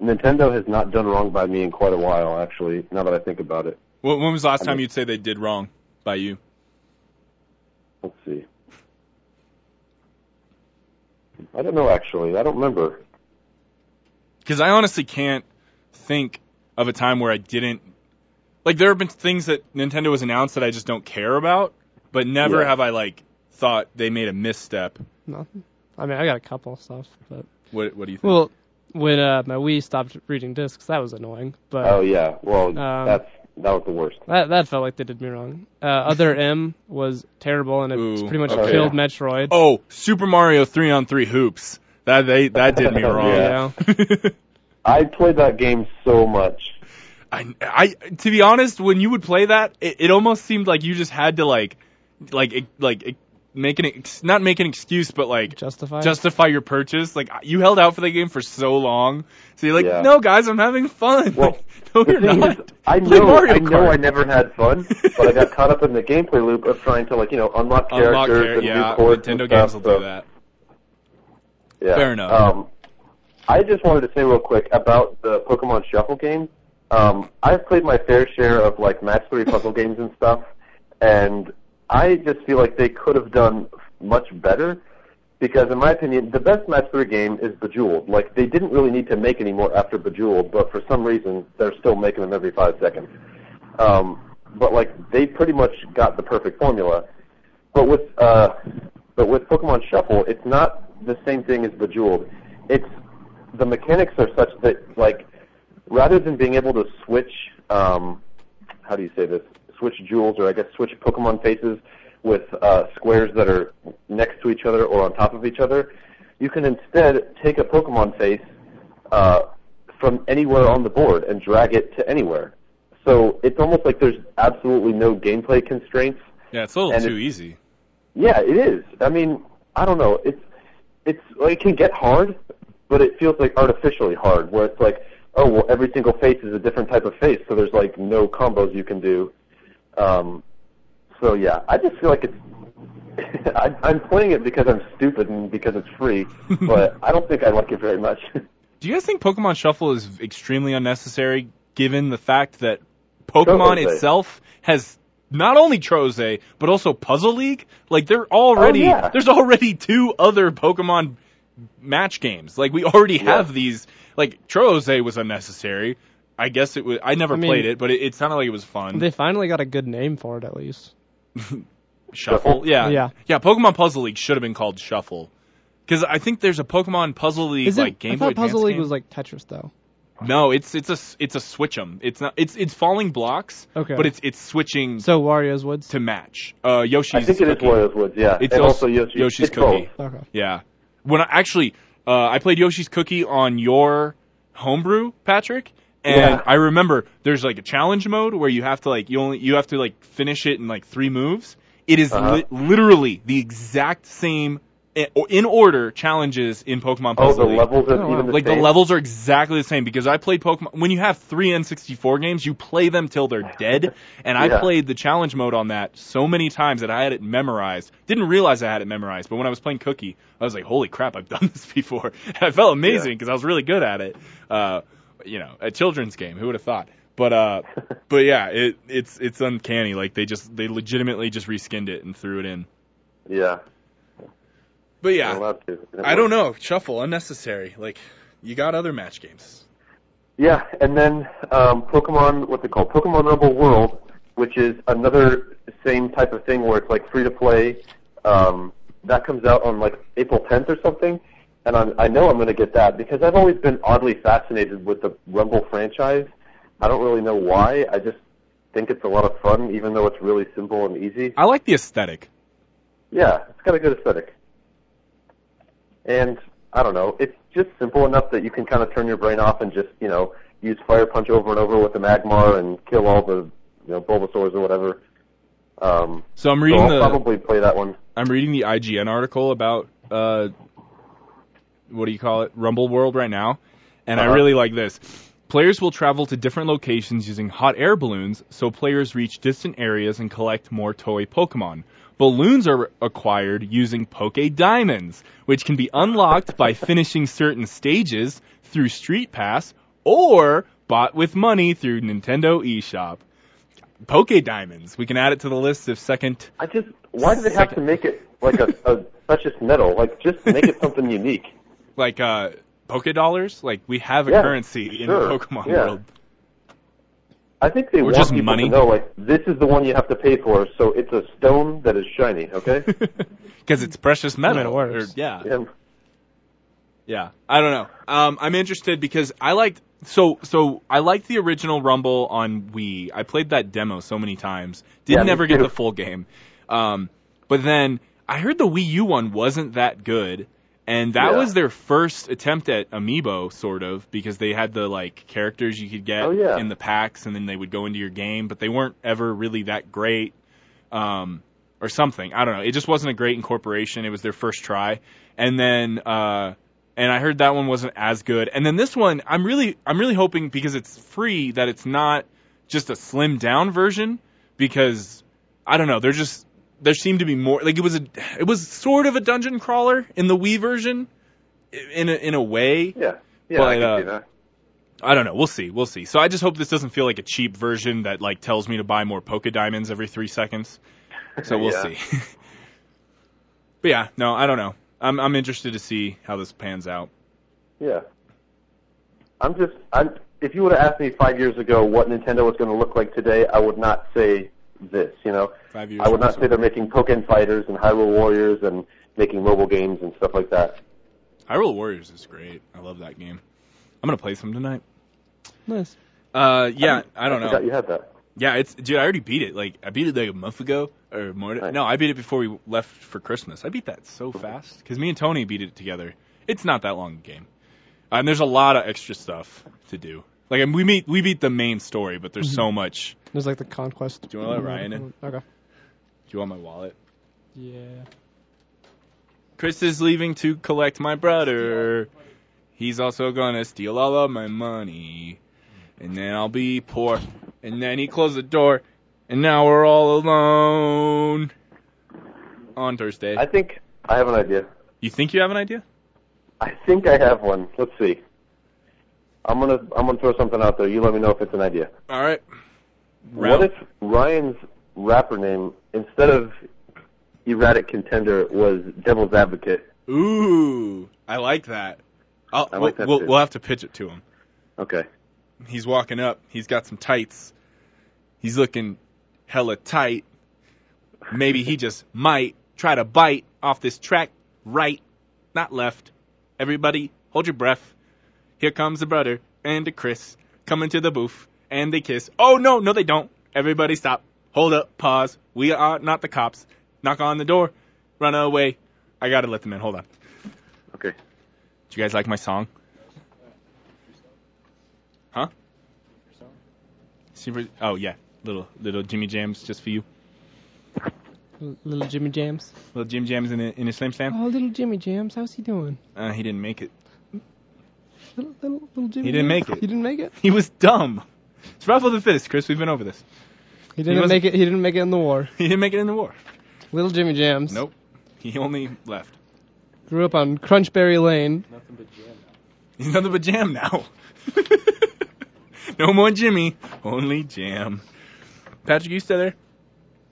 Nintendo has not done wrong by me in quite a while, actually. Now that I think about it,
When, when was the last
I
time
mean-
you'd say they did wrong by you?
let's see. I don't know actually. I don't remember.
Because I honestly can't think of a time where I didn't. Like there have been things that Nintendo has announced that I just don't care about, but never
Yeah.
have I like thought they made a misstep.
nothing. I mean, I got a couple stuff, but
What What do you think?
well, when uh, my Wii stopped reading discs, that was annoying.
Uh,
But
Oh yeah. Well,
Um,
that's that was the worst.
That that felt like they did me wrong. Uh,
[laughs]
Other M was terrible and it
Ooh,
pretty much
okay.
killed Metroid.
oh, Super Mario three on three hoops. That they that did me wrong. [laughs]
[laughs] Yeah.
yeah.
I played that game so much.
I, I to be honest, when you would play that, it, it almost seemed like you just had to like, like, ex- like ex- make an ex- not make an excuse, but like
Justify.
justify your purchase. Like you held out for the game for so long, so you're like,
Yeah.
no, guys, I'm having fun.
Well,
[laughs] like, no,
The
you're
thing
not.
is,
[laughs]
I
Play
know,
Mario
I know, I
Kart.
never had fun, but I got caught up in the gameplay loop of trying to like you know unlock characters
Unlock char-
and
yeah,
do chords
Nintendo
and
games will do
stuff, so-
that.
Yeah.
Fair enough.
Um, I just wanted to say real quick about the Pokemon Shuffle game. Um, I've played my fair share of like match three puzzle games and stuff, and I just feel like they could have done much better. Because in my opinion, the best match three game is Bejeweled. Like they didn't really need to make any more after Bejeweled, but for some reason they're still making them every five seconds. Um, but like they pretty much got the perfect formula. But with uh, but with Pokemon Shuffle, it's not the same thing as Bejeweled. It's the mechanics are such that like rather than being able to switch um, how do you say this switch jewels or I guess switch Pokemon faces with uh, squares that are next to each other or on top of each other, you can instead take a Pokemon face uh, from anywhere on the board and drag it to anywhere. So it's almost like there's absolutely no gameplay constraints.
Yeah, it's a little
and
too
it-
easy.
Yeah, it is. I mean, I don't know. It's it's like, it can get hard, but it feels like artificially hard. Where it's like, oh well, every single face is a different type of face, so there's like no combos you can do. Um, so yeah, I just feel like it's. [laughs] I, I'm playing it because I'm stupid and because it's free,
[laughs]
but I don't think I like it very much. [laughs]
Do you guys think Pokemon Shuffle is extremely unnecessary, given the fact that Pokemon
Troze.
itself has not only Troze but also Puzzle League? Like they're already
Oh, yeah.
there's already two other Pokemon match games. Like we already have these. Like Troze was unnecessary. I guess it was. I never
I mean,
played it, but it, it sounded like it was fun.
They finally got a good name for it at least.
Shuffle, yeah,
Yeah.
yeah. Pokemon Puzzle League should have been called Shuffle, because I think there's a Pokemon Puzzle League
Is it?
like Game
I
Boy
thought Puzzle
Advance
League
game.
was like Tetris though.
No, it's it's a it's a switch 'em. It's not it's it's falling blocks,
Okay.
but it's it's switching
So Wario's Woods.
to match. Uh,
I
Yoshi's
think it is
Cookie.
Wario's Woods, yeah,
It's
and
also
also Yoshi's,
Yoshi's
it's both.
Cookie.
okay.
Yeah. When I actually uh, I played Yoshi's Cookie on your homebrew, Patrick, and
Yeah.
I remember there's like a challenge mode where you have to like you only you have to like finish it in like three moves. It is
Uh-huh.
li- literally the exact same i- or- in order challenges in Pokemon
Oh,
Puzzle
the
League.
levels are
Oh, wow.
even the
like
same.
the levels are exactly the same because I played Pokemon when you have 3 N64 games, you play them till they're dead and I
Yeah.
played the challenge mode on that so many times that I had it memorized. Didn't realize I had it memorized, but when I was playing Cookie, I was like, "Holy crap, I've [laughs] done this before." I felt amazing because I was really good at it. Uh, you know, a children's game, who would have thought? But uh
[laughs]
but yeah, it it's it's uncanny like they just they legitimately just reskinned it and threw it in.
Yeah.
But
You're
yeah,
allowed to.
I don't know, shuffle unnecessary. Like you got other match games.
Yeah, and then um, Pokemon, what's it called? Pokemon Rumble World, which is another same type of thing where it's like free to play. Um, that comes out on like April 10th or something, and I'm, I know I'm going to get that because I've always been oddly fascinated with the Rumble franchise. I don't really know why. I just think it's a lot of fun, even though it's really simple and easy.
I like the aesthetic.
Yeah, it's got a good aesthetic. And I don't know, it's just simple enough that you can kind of turn your brain off and just, you know, use fire punch over and over with the Magmar and kill all the, you know, Bulbasaurs or whatever. Um,
So I'm
so
reading
I'll
the
probably play that one.
I'm reading the IGN article about uh, what do you call it, Rumble World right now, and I
Uh-huh.
really like this. Players will travel to different locations using hot air balloons, so players reach distant areas and collect more toy Pokemon. Balloons are acquired using Poke Diamonds, which can be unlocked by finishing certain stages through Street Pass or bought with money through Nintendo eShop. Poke Diamonds. We can add it to the list of second
I just, why do they have to make it like a, a precious metal? Like, just make it something unique.
like uh Poke dollars. Like we have a
Yeah,
currency in the
sure,
Pokemon
yeah.
world. [laughs]
I think they
Or
want
just
people
money.
to know, like, this is the one you have to pay for, so it's a stone that is shiny,
[laughs]
okay?
Because it's precious metal.
it works.
or- yeah,
and
yeah. I don't know. Um, I'm interested because I liked so so. I liked the original Rumble on Wii. I played that demo so many times. Did
Yeah, me
never get
too.
the full game. Um, but then I heard the Wii U one wasn't that good, and that
Yeah.
was their first attempt at Amiibo, sort of, because they had the like characters you could get
Oh, yeah.
in the packs, and then they would go into your game, but they weren't ever really that great, um, or something. I don't know. It just wasn't a great incorporation. It was their first try, and then. Uh, and I heard that one wasn't as good. And then this one, I'm really, I'm really hoping because it's free that it's not just a slimmed down version. Because I don't know, they're just there seemed to be more like it was a it was sort of a dungeon crawler in the Wii version in a, in a way.
yeah, yeah,
But,
I can
uh,
see that.
I don't know, we'll see, we'll see. So I just hope this doesn't feel like a cheap version that like tells me to buy more polka diamonds every 3 seconds. So we'll
Yeah.
see. [laughs] but yeah, no, I don't know. I'm I'm interested to see how this pans out.
Yeah. I'm just I'm if you would have asked me five years ago what Nintendo was gonna look like today, I would not say this, you know.
5 years
I would
from
not say they're making Pokemon Fighters and Hyrule Warriors and making mobile games and stuff like that.
Hyrule Warriors is great. I love that game. I'm gonna play some tonight.
Nice.
Uh, yeah, I don't
forgot
know.
you had that.
Yeah, it's dude. I already beat it. Like I beat it like a month ago or more.
Nice.
No, I beat it before we left for Christmas. I beat that so fast because me and Tony beat it together. It's not that long a game, and there's a lot of extra stuff to do. Like and we meet we beat the main story, but there's so much.
There's like the conquest.
Do you wanna let Ryan in?
Okay.
Do you want my wallet?
Yeah.
Chris is leaving to collect my brother. He's also gonna steal all of my money. And then I'll be poor. And then he closed the door. And now we're all alone. On Thursday.
I think I have an idea.
You think you have an idea?
I think I have one. Let's see. I'm gonna I'm gonna throw something out there. You let me know if it's an idea.
All right.
What if Ryan's rapper name instead of erratic contender was Devil's Advocate?
Ooh, I like that. I'll,
I like
we'll-
that
we'll,
too.
we'll have to pitch it to him.
Okay.
He's walking up. He's got some tights. He's looking hella tight. Maybe he just might try to bite off this track right, not left. Everybody, hold your breath. Here comes the brother and the Chris coming to the booth and they kiss. Oh no, no they don't. Everybody stop. Hold up, pause. We are not the cops. Knock on the door. Run away. I gotta let them in. Hold on.
Okay.
Do you guys like my song? Huh? Super. Oh yeah, little little Jimmy Jams just for you.
Little Jimmy Jams.
Little Jim Jams in, in his slam slam.
Oh, little Jimmy Jams, how's he doing?
Uh, he didn't make it. [laughs]
Little, little, little Jimmy.
He didn't
Jams.
make it.
He didn't make it.
He was dumb. It's Ruffle the Fist, Chris. We've been over this. [laughs]
He didn't
wasn't-
make it. He didn't make it in the war.
He didn't make it in the war.
Little Jimmy Jams.
Nope. He only left.
Grew up on Crunchberry Lane.
Nothing but jam.
He's nothing but jam now. [laughs] no more Jimmy, only jam. Patrick, you still there?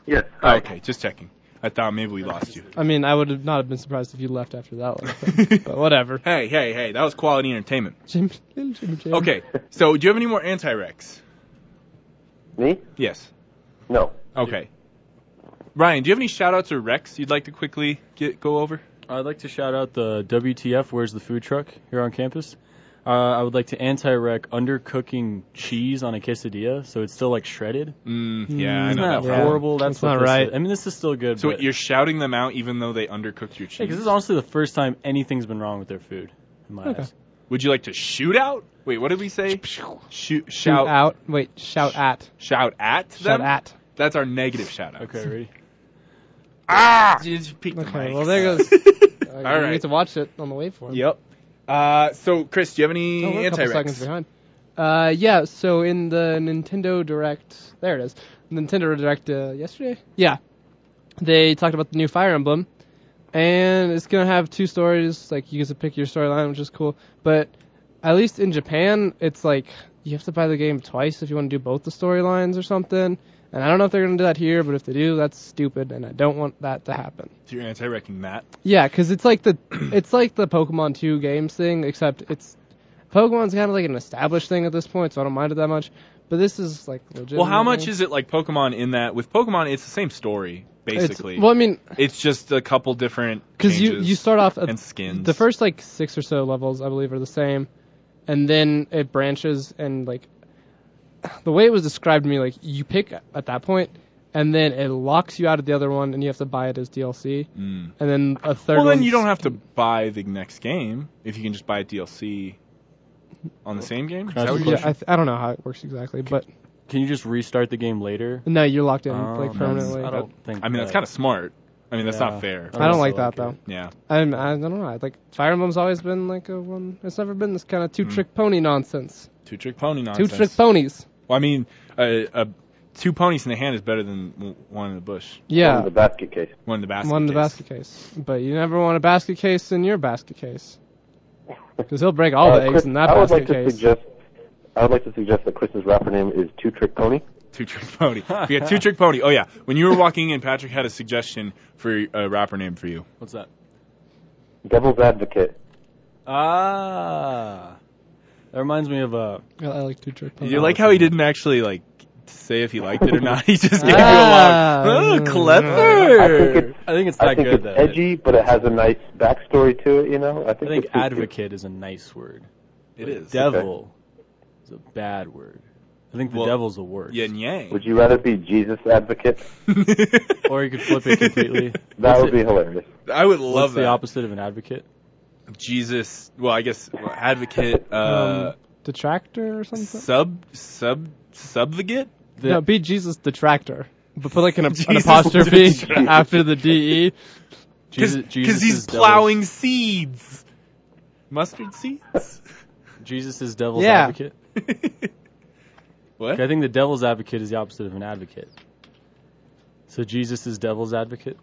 Yes.
Oh, okay, just checking. I thought maybe we lost you. [laughs]
I mean, I would have not have been surprised if you left after that one, but, [laughs] but whatever.
Hey, hey, hey, that was quality entertainment.
Jim, little Jimmy Jams.
Okay, so do you have any more anti-rex?
Me?
Yes.
No.
Okay. Ryan, do you have any shout-outs or recs you'd like to quickly get go over?
I'd like to shout out the WTF Where's the Food Truck here on campus. Uh, I would like to anti rec undercooking cheese on a quesadilla so it's still like shredded.
Mm, yeah, I
Isn't
know that
that
one.
horrible? That's,
That's
what
not
this
right.
is. I mean, this is still good.
So
but,
you're shouting them out even though they undercooked your
because
cheese?
this is honestly the first time anything's been wrong with their food in my
Okay.
eyes.
Would you like to shoot out? Wait, what did we say? Shoot,
Shoot
shout,
out. Wait, shout at.
shout at them?
Shout at.
That's our negative shout out.
Okay, ready?
Ah! Just peek the
Okay,
mic.
well,
[laughs]
there goes- Uh,
All
You
right.
need to watch it on the waveform.
Yep. Uh, so, Chris, do you have
Oh,
any
we're a couple seconds
anti-rex?
behind. Uh, yeah. So in the Nintendo Direct, there it is. Nintendo Direct uh, yesterday. Yeah, they talked about the new Fire Emblem, and it's gonna have two stories. Like you get to pick your storyline, which is cool. But at least in Japan, it's like you have to buy the game twice if you want to do both the storylines or something. And I don't know if they're gonna do that here, but if they do, that's stupid, and I don't want that to happen.
So you're anti-recking that.
Yeah, 'cause it's like the [clears throat] it's like the Pokemon Two games thing, except it's Pokemon's kind of like an established thing at this point, so I don't mind it that much. But this is like legit.
Well, how much is it like Pokemon in that? With Pokemon, it's the same story, basically.
well, I mean,
It's just a couple different
because you
changes
you start off at
and skins.
the first like six or so levels, I believe, are the same, and then it branches and like [sighs] the way it was described to me, like you pick at that point, and then it locks you out of the other one, and you have to buy it as DLC,
Mm.
and then a third.
Well, then
one's-
you don't have to buy the next game if you can just buy DLC on the same game. Is that what
Crash
you're
Yeah, I, th- I don't know how it works exactly, but
Can you just restart the game later?
No, you're locked in
Oh,
like
that's-
permanently.
I
but
don't think.
Um, I mean, that's
that-
kind of smart. I mean, that's
Yeah.
not fair.
I don't like
I
that
like
though.
Yeah.
I'm, I don't know. I like Fire Emblem's always been like a one. It's never been this kind of two trick pony nonsense.
Two trick pony Mm. nonsense.
Two trick ponies.
Well, I mean, a, a two ponies in the hand is better than w- one in the bush,
Yeah,
The basket case.
one in the basket.
one in the
case.
basket case. But you never want a basket case in your basket
[laughs]
case, because he'll break all
Uh,
the eggs
Chris,
Oh, in that
I would
basket
like to
case.
suggest. I would like to suggest that Chris's rapper name is Two Trick Pony.
Two trick pony. We got two trick pony. Oh yeah, when you were walking in, Patrick had a suggestion for a rapper name for you.
What's that?
Devil's Advocate.
Ah, that reminds me of uh,
I I like two trick ponies.
You
[laughs]
like how he didn't actually like say if he liked it or not. [laughs] He just gave
[laughs] Ah.
you a long, oh,
I think
clever.
it's.
I think it's
I
not
think
good
it's
though.
edgy, but it has a nice backstory to it. You know, I
I
think,
think
it's
advocate is a nice word.
It is.
Devil is a bad word. I think the
Well,
devil's a word.
Yin yang. [laughs]
Would you rather be Jesus Advocate?
Or you could flip it completely.
That
What's
would
it-
be hilarious.
[laughs]
[laughs]
I would
What's
love
the
that.
opposite of an advocate?
Jesus. Well, I guess well, advocate. Uh,
um, detractor or
Um,
something.
sub sub subvigate.
The-
no, be Jesus detractor, but put
[laughs]
like an, an
Jesus
apostrophe
detractor.
after the E. de.
Jesus, Jesus
he's
is devil's-
plowing seeds. Mustard seeds. [laughs]
Jesus is devil's
Yeah.
advocate.
what?
I think the devil's advocate is the opposite of an advocate. So Jesus is devil's advocate.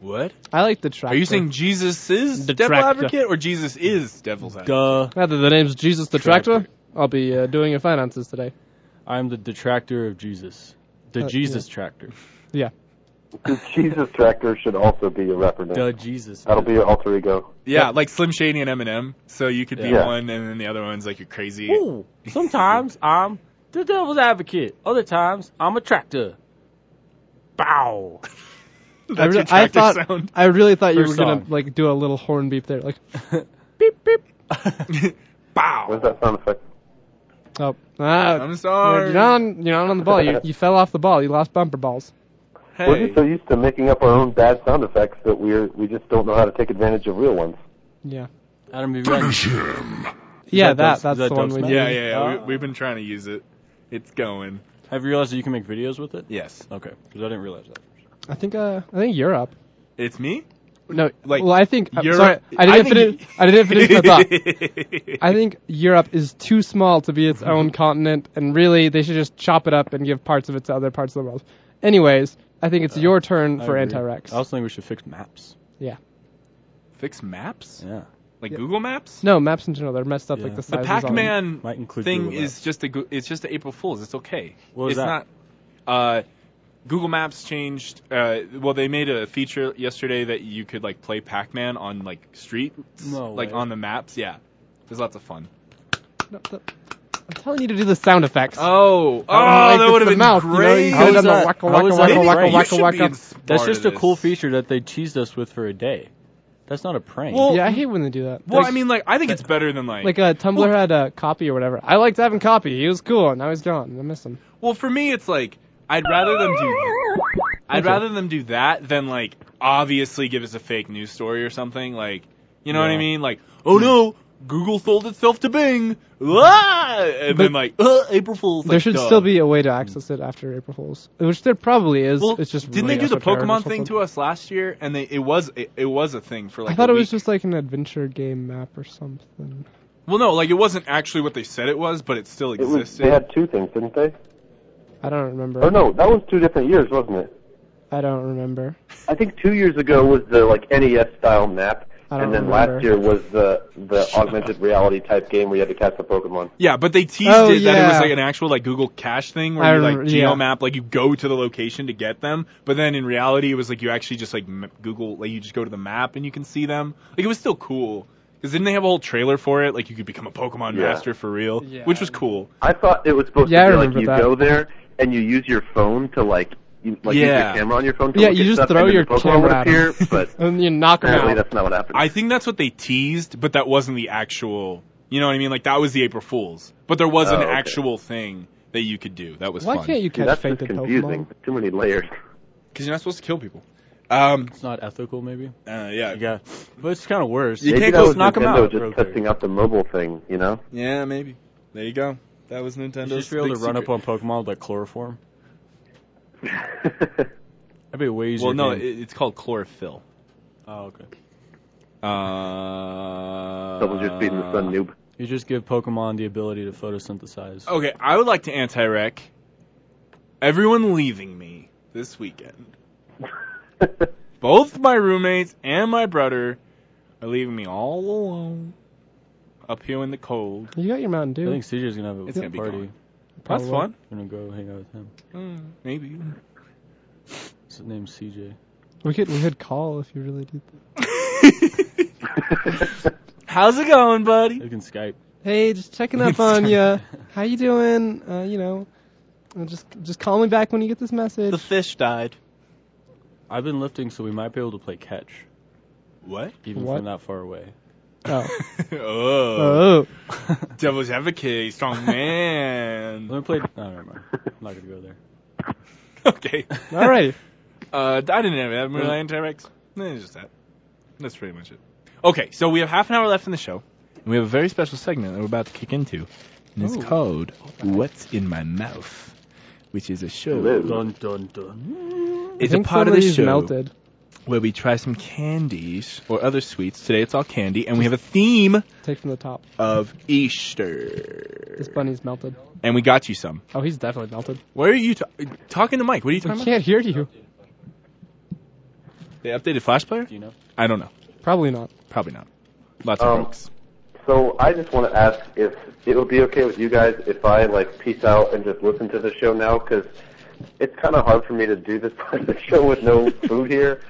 What?
I like detractor.
Are you saying Jesus is devil
Detractor.
advocate or Jesus is devil's advocate?
Duh.
Now that the name's Jesus the
Tractor.
Tractor, I'll be uh, doing your finances today.
I'm the detractor of Jesus. The
Uh,
Jesus tractor.
The Jesus Tractor should also be your rapper name.
The Jesus.
That'll be your alter ego.
Yeah, like Slim Shady and Eminem. So you could be
Yeah.
one, and then the other one's like you're crazy. [laughs]
Ooh, sometimes I'm the devil's advocate. Other times I'm a tractor. Bow.
That's
I, re-
your
I
tractor
thought
sound. [laughs]
I really thought you
First
were gonna
song.
like do a little horn beep there, like beep beep.
Bow.
What's that sound effect?
Oh, ah,
I'm
you're,
sorry.
you're not on, you're not on the ball. You, you fell off the ball. You lost bumper balls.
Hey.
We're so used to making up our own bad sound effects that we're we just don't know how to take advantage of real ones.
Yeah,
Adam, have
[laughs]
you gotten,
yeah,
that
that,
Dubs-
that's
is that
the one
Dubs
we
Mac?
need.
Yeah, yeah, yeah.
Ah.
We, we've been trying to use it. It's going.
have you realized that you can make videos with it?
Yes.
Okay, because I didn't realize that.
I think uh, I think Europe.
It's me.
No,
Like,
well, I think I'm
Europe-
sorry, I
I
didn't
think
finish.
you-
I didn't finish
[laughs]
my
I
thought.
[laughs]
I think Europe is too small to be its own continent, and really they should just chop it up and give parts of it to other parts of the world. Anyways, I think
Uh,
it's your turn for
agree.
anti-Rex.
I also think we should fix maps.
Fix maps?
Yeah.
Like
Yeah.
Google Maps?
No, maps in general they're messed up like
Yeah.
the
The
The
sizes. on them.
Pac-Man
Might include
thing
Google
is
Maps.
just a Goo- it's just an April Fools. It's okay.
What was
it's
that?
not. Uh, Google Maps changed. Uh, well, they made a feature yesterday that you could like play Pac-Man on like streets,
No
like
way.
on the maps. Yeah, there's lots of fun.
No, the- I'm telling you to do the sound effects.
Oh, oh,
I don't like
that
it's
would have
the
been
mouth, you know,
great.
you
How
could've
is
done the
that-
waka
how is
waka waka
that a
waka
prank?
You
waka
should be
waka.
inspired
That's just a
of
cool
this.
feature that they teased us with for a day. That's not a prank.
Well-
Yeah, I hate when they do that.
Well,
Like-
I mean, like I think it's better than like
like uh, Tumblr
Well-
had a copy or whatever. I liked having copy. He was cool, and now he's gone. I miss him.
Well, for me, it's like I'd rather them do. I'd
Okay.
rather them do that than like obviously give us a fake news story or something. Like, you know what I
Yeah.
mean? Like, oh no, Google sold itself to Bing. Ah! And
But-
then like, uh, April Fools.
there
like,
should
duh.
still be a way to access it after April Fools, which there probably is.
Well,
it's just
didn't
really
they do the
esoteric or
Pokemon thing
something.
to us last year? And they it was it, it was a thing for like.
I thought
a
it was
week.
just like an adventure game map or something.
Well, no, like it wasn't actually what they said it was, but it still
It was,
existed.
they had two things, didn't they?
I don't remember.
Oh no, that was two different years, wasn't it?
I don't remember.
I think two years ago was the like NES style map,
I don't
and then
remember.
last year was the the augmented reality type game where you had to catch the Pokemon.
Yeah, but they teased
Oh,
it that it was
yeah.
like an actual like Google Cache thing where
I
you like
remember- yeah.
geo map, like you go to the location to get them. But then in reality, it was like you actually just like m- Google, like you just go to the map and you can see them. Like it was still cool because didn't they have a whole trailer for it? Like you could become a Pokemon
Yeah.
master for real,
Yeah.
which was cool.
I thought it was supposed
Yeah, I
to be like
remember
you
that.
go there and you use your phone to like you, like
Yeah.
use your camera on your phone to
Yeah,
look
you
at
just
stuff,
throw
and then
your
the Pokemon
camera
would
at 'em.
appear, but
And you knock them
apparently
out.
that's not what happened.
I think that's what they teased, but that wasn't the actual. You know what I mean? Like that was the April Fools, but there was
Oh,
an
okay.
actual thing that you could do. That was
Why
fun
can't you
Dude,
catch
that's just
fainted
confusing.
Pokemon?
Too many layers.
because you're not supposed to kill people. Um,
it's not ethical, maybe.
uh, yeah,
Yeah, but it's kind of worse.
You
Maybe
can't
that
go
was
knock 'em
Nintendo
out
just
real quick.
testing out the mobile thing, you know? [laughs]
yeah, maybe. There you go. That was Nintendo's.
You should be able to
big
run
secret.
up on Pokemon with like chloroform. That'd be way easier.
Well, no,
game.
it, it's called chlorophyll.
oh, okay.
Uh,
Double your speed in the sun, noob.
You just give Pokemon the ability to photosynthesize.
Uh,
Oh.
Okay, I would like to anti-rec everyone leaving me this weekend. Both my roommates and my brother are leaving me all alone up here in the cold.
You got your Mountain
I
Dew.
think CJ's gonna have a
It's gonna be
party.
gone.
probably.
That's fun.
I'm gonna go hang out with him.
Mm, maybe. [laughs]
His name's CJ.
We could we could call if you really did. That.
[laughs]
How's it going, buddy?
You can Skype.
Hey, just checking up on you. How you doing? Uh, you know, uh, just just call me back when you get this message.
fish died.
I've been lifting, so we might be able to play catch,
What? [laughs]
even
What?
from that far away.
[laughs] Oh.
oh,
Oh.
devil's advocate,
[laughs]
strong man.
Let me play. Oh, never mind. I'm not gonna go there.
okay.
All right.
Uh, I didn't have that. Really, anti-rex? No, it's just that. That's pretty much it. Okay, so we have half an hour left in the show, and we have a very special segment that we're about to kick into, and it's
Ooh.
called "What's in My Mouth," which is a show.
Hello.
Dun dun dun.
[laughs] It's
I
a
think
part of the
somebody's
show
melted.
where we try some candies or other sweets. Today it's all candy, and we have a theme
Take from the top.
of Easter.
This bunny's melted.
And we got you some.
Oh, he's definitely melted.
Where are you ta- talking to Mike? What are you
I
talking about?
can't hear you.
They updated Flash Player?
Do you know?
I don't know.
Probably not.
Probably not. Lots of
Um,
Oh.
folks.
So I just want to ask if it would be okay with you guys if I like peace out and just listen to the show now because it's kind of hard for me to do this [laughs] part of the show with no food here,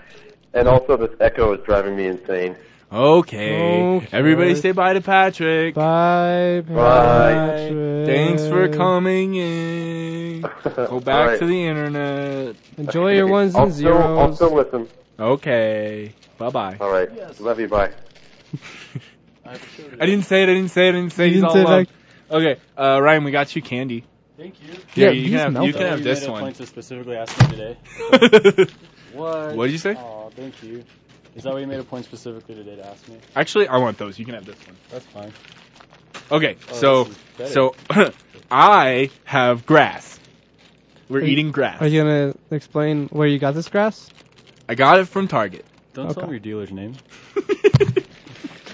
and also this echo is driving me insane.
Okay.
Okay.
Everybody say bye to Patrick.
Bye,
Bye.
Patrick.
Thanks for coming in. Go
[laughs] All
back
right.
to the internet.
Enjoy your ones
I'll
and
still- I'll
zeros.
still listen.
Okay. Bye bye.
All right. Love you. Bye.
I didn't say it. I didn't say it. I didn't say
You
it. He's
didn't
all
say it
alone. Okay. Uh, Ryan, we got you candy.
Thank you.
Yeah,
you
he's
can have, you
melted.
can have this one.
to specifically ask me today. What?
What'd you say?
Oh, thank you. Is that what you made a point specifically today to ask me?
[laughs] Actually, I want those. You can have this one.
That's fine.
Okay.
Oh,
So, [laughs]
this is better.
so I have grass. We're
Are you-
eating grass.
Are you gonna explain where you got this grass?
I got it from Target.
Don't tell
Okay.
them your dealer's name.
[laughs]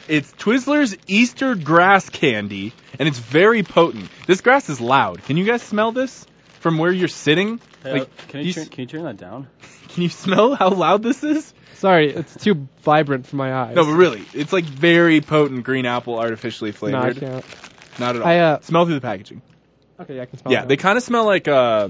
it's Twizzlers Easter grass candy, and it's very potent. This grass is loud. Can you guys smell this from where you're sitting?
Hey,
Like,
uh, can you
you
turn,
s-
can you turn that down?
Can you smell how loud this is?
Sorry, it's too vibrant for my eyes.
No, but really, it's like very potent green apple artificially
No, I
flavored.
can't.
Not at all.
I, uh, Oh,
smell through the packaging.
Okay, yeah, I can smell
yeah,
it. now.
they kind of smell like uh,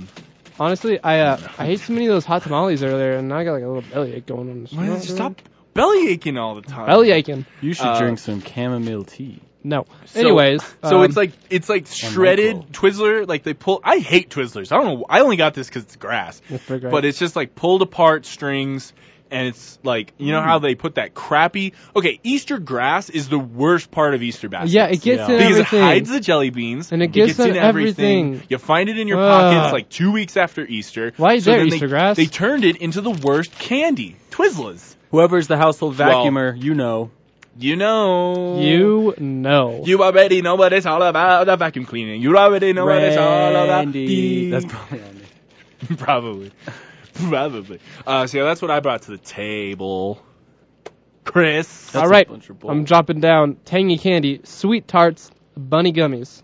Honestly, I uh, I ate too many of those hot tamales earlier, and now I got like a little bellyache going on.
why
You know
don't
what
you
I mean?
stop belly aching all the time.
Belly aching.
You should
Uh,
drink some chamomile tea.
No.
So-
Anyways,
So
um,
it's like it's like shredded
Michael.
Twizzler. Like they pull. I hate Twizzlers. I don't know. I only got this because it's grass.
it's pretty great.
but it's just like pulled apart strings and it's like you
Mm.
know how they put that crappy okay easter grass is the worst part of easter baskets
yeah, it gets
Yeah.
in
because
everything.
it hides the jelly beans
And it gets in
in everything.
everything.
you find it in your
Ugh.
pockets like two weeks after easter
Why is
So
there
then they-
Easter grass?
they turned it into the worst candy twizzlers
Whoever's the household
Well-
vacuumer, you know.
you know
you know.
you already know what it's all about the vacuum cleaning you already know what it's all about
Randy. That's probably
[laughs]
Randy.
Probably. Probably. Uh, so yeah, that's what I brought to the table. Chris.
That's
All right,
a bunch of
I'm
bull.
dropping down tangy candy, sweet tarts, bunny gummies.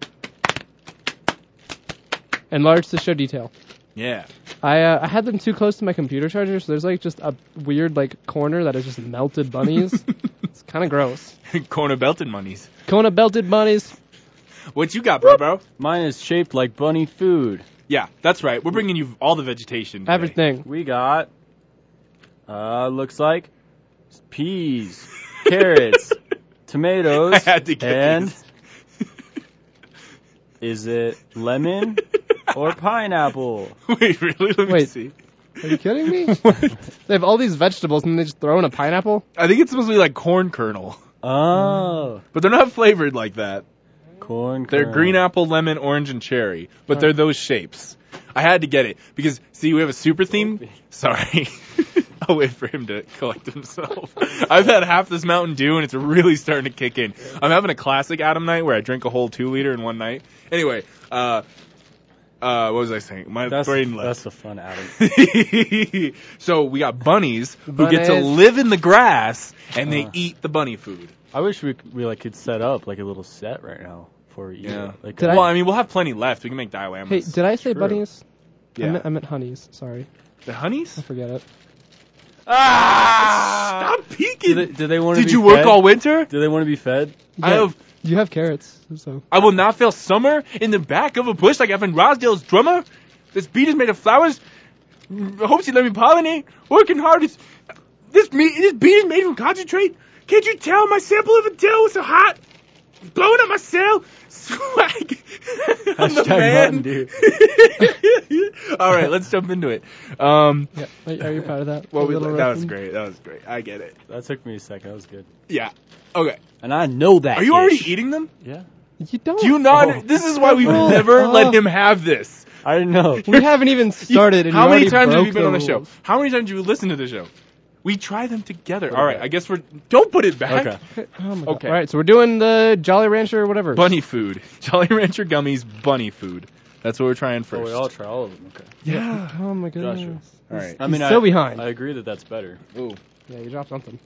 Enlarge to show detail.
Yeah. [laughs]
I uh, I had them too close to my computer charger, so there's like just a weird like corner that is just
[laughs]
melted bunnies. it's kind of gross.
Corner belted monies.
Kona belted bunnies.
What you got, bro, bro?
Mine is shaped like bunny food.
Yeah, that's right. We're bringing you all the vegetation. today.
Everything.
We got, uh, looks like peas, carrots,
[laughs]
tomatoes,
I had to get
and
these. [laughs]
is it lemon or pineapple?
Wait, really? Let me
Wait.
see. [laughs]
Are you kidding [laughs] me?
What?
they have all these vegetables and they just throw in a pineapple.
I think it's supposed to be like corn kernel,
Oh,
but they're not flavored like that.
corn.
They're
kernel.
green apple, lemon, orange, and cherry, but they're those shapes. I had to get it because see, we have a super theme. [laughs] Sorry, I'll wait for him to collect himself. [laughs] I've had half this Mountain Dew and it's really starting to kick in. I'm having a classic Adam night where I drink a whole two liter in one night. Anyway, uh, uh, what was I saying? My
That's
brain
that's
left.
a fun Adam.
[laughs] so we got bunnies, who get to
Bunnies.
live in the grass and they
Uh.
eat the bunny food.
I wish we c- we like could set up like a little set right now for you.
Yeah.
Like,
Did
uh,
well, I, mean, we'll have plenty left. We can make dioramas.
Hey, did I say
True.
bunnies? I,
yeah.
meant, I meant honeys. Sorry,
the honeys?
I forget it.
Ah! Stop peeking.
do they, do they want to?
Did you work
fed?
all winter?
Do they want to be fed?
I
Yeah,
have.
You have carrots, so
I will not fail summer in the back of a bush like Evan Rosdale's drummer. This beat is made of flowers. Mm, I hope she let me pollinate. Working hard is. This meat. This beat is made from concentrate. Can't you tell my sample of a dill was so hot? Blowing up my cell. Swag. [laughs] I'm the
Hashtag Mountain
man. [laughs] all right, let's jump into it. Um,
yeah. Are, are you proud of
[laughs]
that?
well,
A
we,
little
that was
roasting?
great. That was great. I get it.
That took me a second. That was good.
Yeah. Okay.
And I know that.
Are you already
dish.
eating them?
Yeah.
You don't.
Do you not?
Oh.
This is why we've
[laughs] Oh.
never
Oh.
let him have this.
I
[laughs]
didn't know.
We haven't even started. And
How
you
many
already
times have
broke
you been on the show?
rules.
How many times have you listened to the show? We try them together.
Put it
All right,
back.
I guess we're. Don't put it back.
Okay.
Oh my
Okay.
God. All right, so we're doing the Jolly Rancher or whatever.
Bunny food. [laughs] Jolly Rancher gummies, bunny food. That's what we're trying
So we
first.
all try all of them. Okay.
yeah.
Oh my goodness.
Gotcha.
All right.
I
He's
mean,
so
I,
behind.
I agree that that's better.
Ooh.
Yeah, you dropped something.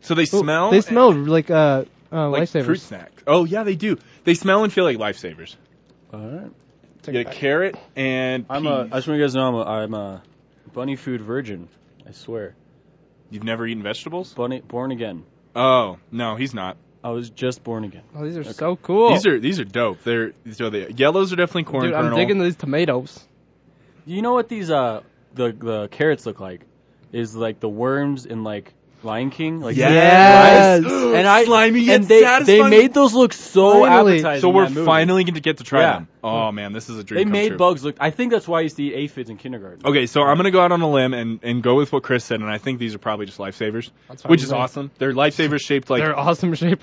So they
Ooh,
smell.
They smell like uh, uh
like
lifesavers.
fruit snacks. Oh yeah, they do. They smell and feel like lifesavers.
All right.
You
Take it
get a
back.
carrot and
I'm a. I
peas.
just want you guys to know I'm a, I'm a bunny food virgin. I swear.
You've never eaten vegetables?
Bunny born again.
Oh no, he's not.
I was just born again.
Oh, these are so cool.
These are these are dope. They're so the yellows are definitely corn
Dude,
kernel.
I'm digging these tomatoes.
You know what these uh the the carrots look like? Is like the worms in like Lion King. Like
Yes.
[gasps] And I-
slimy yet
and they they
satisfying.
made those look so
Finally.
appetizing.
So
in
we're
that movie.
finally going to get to try
Yeah.
them. Oh man, this is a dream.
They
come
made
true.
bugs look. I think that's why I used to eat aphids in kindergarten.
Okay, so I'm gonna go out on a limb and, and go with what Chris said, and I think these are probably just lifesavers,
That's
which
fine.
is awesome. They're lifesavers shaped like.
They're awesome shaped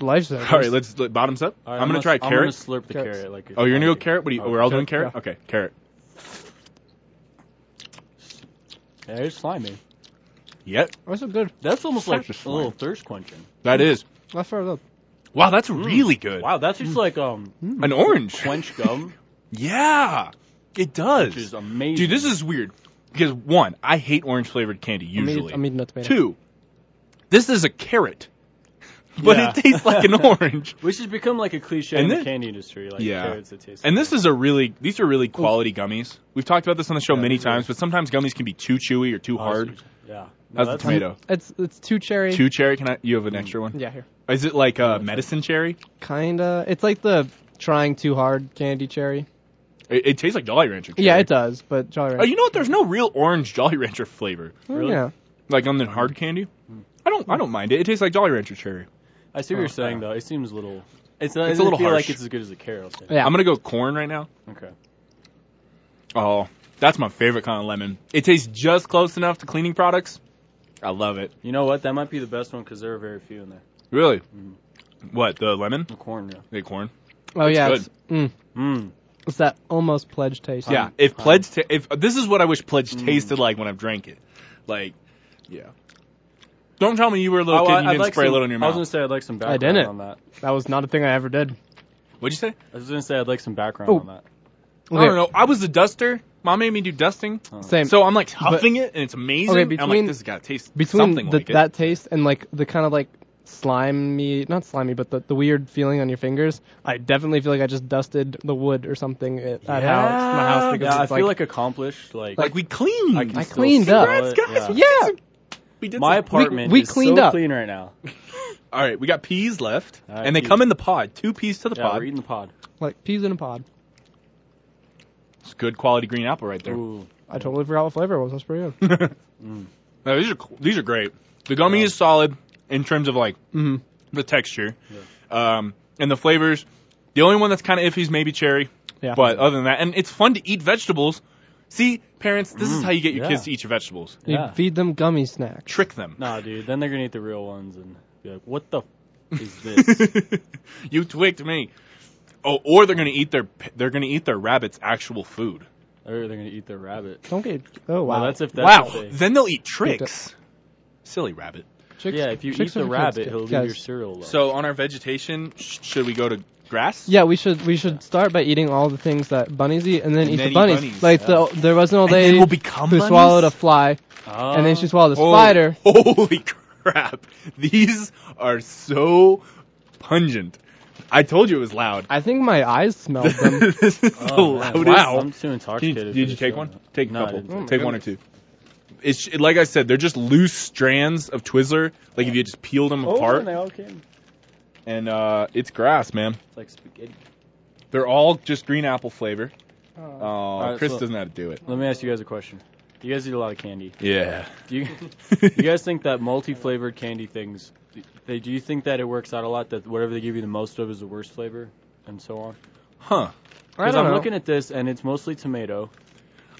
[laughs]
lifesavers.
all right, let's let, bottoms up.
All right,
I'm gonna
gonna-
try
I'm gonna
carrot.
slurp the
Carrots.
carrot like. it's
oh, you're gonna go
coffee.
carrot. What are you?
Oh,
we're all doing
carrot,
carrot. Okay, carrot.
Yeah, it's slimy.
Yep,
That's so good.
That's almost
Such
like
a
a
slime.
little thirst quenching.
that is.
That's fair enough.
Wow, that's really good.
Mm. Wow, that's just like um
An orange.
quench gum,
yeah, it
which is
does.
amazing.
Dude, this is weird. because one, I hate orange flavored candy usually.
I'm eating a tomato.
Two, this is a carrot, [laughs] but
Yeah.
it tastes
[laughs]
like an orange.
Which has become like a cliche
And
in
then-
the candy industry, like
Yeah.
carrots that taste.
And
like
this is a really these are really quality gummies. We've talked about this on the show
Yeah,
many
they're good.
times, but sometimes gummies can be too chewy or too
Oh,
hard.
sausage. Yeah.
How's the
that's-
tomato?
It's it's two cherry.
Two cherry? Can I? You have an extra one?
Mm. Yeah, here.
Is it like uh, medicine cherry?
Kinda. It's like the trying too hard candy cherry.
It, it tastes like Jolly Rancher. Cherry.
Yeah, it does. But
Oh,
Jolly Rancher.
you know what? There's no real orange Jolly Rancher flavor,
Really?
Yeah.
like on the
Mm.
hard candy. I don't. I don't mind it. It tastes like Jolly Rancher cherry.
I see what
Oh,
you're saying though. It seems a little. It's, not,
It's
it
a little
doesn't feel
harsh.
like it's as good as a carrot.
Yeah.
I'm gonna go corn right now.
Okay.
Oh, that's my favorite kind of lemon. It tastes just close enough to cleaning products. I love it.
You know what? That might be the best one because there are very few in there.
Really?
Mhm.
What the lemon?
The corn, yeah.
The corn.
Oh yeah.
good.
It's, mm,
Mm.
it's that almost pledged taste.
yeah.
Pine-
If
pine.
pledge, ta- if this is what I wish pledge
Mm.
tasted like when I've drank it, like, yeah. Don't tell me you were a little kid and you
I'd
didn't
like
spray
some-
a little in your
Oh, I
mouth.
was gonna say I'd like some
I
background
didn't.
on that.
That was not a thing I ever did.
What'd you say?
I was gonna say I'd like some background
Oh.
on that.
I don't know. I was a duster. Mom made me do dusting,
Oh.
Same.
so I'm like huffing it, and it's amazing.
Okay,
I'm like,
between-
this has got to taste
between
something
the,
like
that taste and like the kind of like slimy not slimy but the, the weird feeling on your fingers i definitely feel like i just dusted the wood or something at, at house, my house because
Yeah, I
it's
feel like, accomplished. Like,
it. Like we cleaned.
I, can
I
still
cleaned
smell
up.
Congrats,
it,
guys.
yeah.
We-
yeah
we did
My
something.
apartment
we
is
cleaned
so
up.
clean right now.
All right, we got peas left,
All right,
and they
peas.
come in the pod. Two peas to the
Yeah,
pod.
we're eating the pod.
like peas in a pod
It's good quality green apple right there.
Ooh.
i totally forgot what flavor it was that's pretty good
Mm. [laughs] No, these are cool. these are great. The gummy is solid in terms of like
mm-hmm.
the texture, um, and the flavors. The only one that's kind of iffy is maybe cherry,
yeah
but other than that, and it's fun to eat vegetables. See, parents, this is
Mm,
how you get your
yeah.
kids to eat your vegetables.
you
Yeah.
feed them gummy snacks
Trick them. [laughs]
Nah, dude. Then they're gonna eat the real ones and be like, "What the f- is [laughs] this?"
you twigged me. Oh, or they're gonna eat their they're gonna eat their rabbit's actual food.
or they're gonna eat their rabbit.
don't get oh wow
Well, that's if that's
wow.
if they-
Then they'll eat tricks. Silly rabbit.
Chicks-
yeah, if you eat
chicks are
the
for kids,
rabbit,
kid-
he'll leave
guys.
your cereal. Alone.
So on our vegetation, sh- should we go to grass?
yeah, we should we should start by eating all the things that bunnies eat, and then
And
eat
then
the
eat
bunnies.
bunnies,
Like the, there was an old lady
we'll become
who
bunnies?
swallowed a fly,
Ah.
and then she swallowed a
Oh,
spider.
[laughs] Holy crap. These are so pungent. I told you it was loud.
I think my eyes smelled them.
[laughs] this is the
Oh, man,
loudest.
I'm too
Did
intoxicated.
you,
for
did you
this
take
show.
one? Take a
No, I
couple.
didn't
take one or two. It's it- like I said, they're just loose strands of Twizzler. Like if you just peeled them apart,
Oh, they all came.
and uh, it's grass, man.
It's like spaghetti.
They're all just green apple flavor. Oh,
right,
Chris
so-
doesn't know how to do it.
Let me ask you guys a question. You guys eat a lot of candy.
Yeah.
Do you, you guys think that multi-flavored candy things? They, do you think that it works out a lot? That whatever they give you the most of is the worst flavor, and so on.
[laughs] huh.
I
Because
don't
I'm
know.
looking at this, and it's mostly tomato.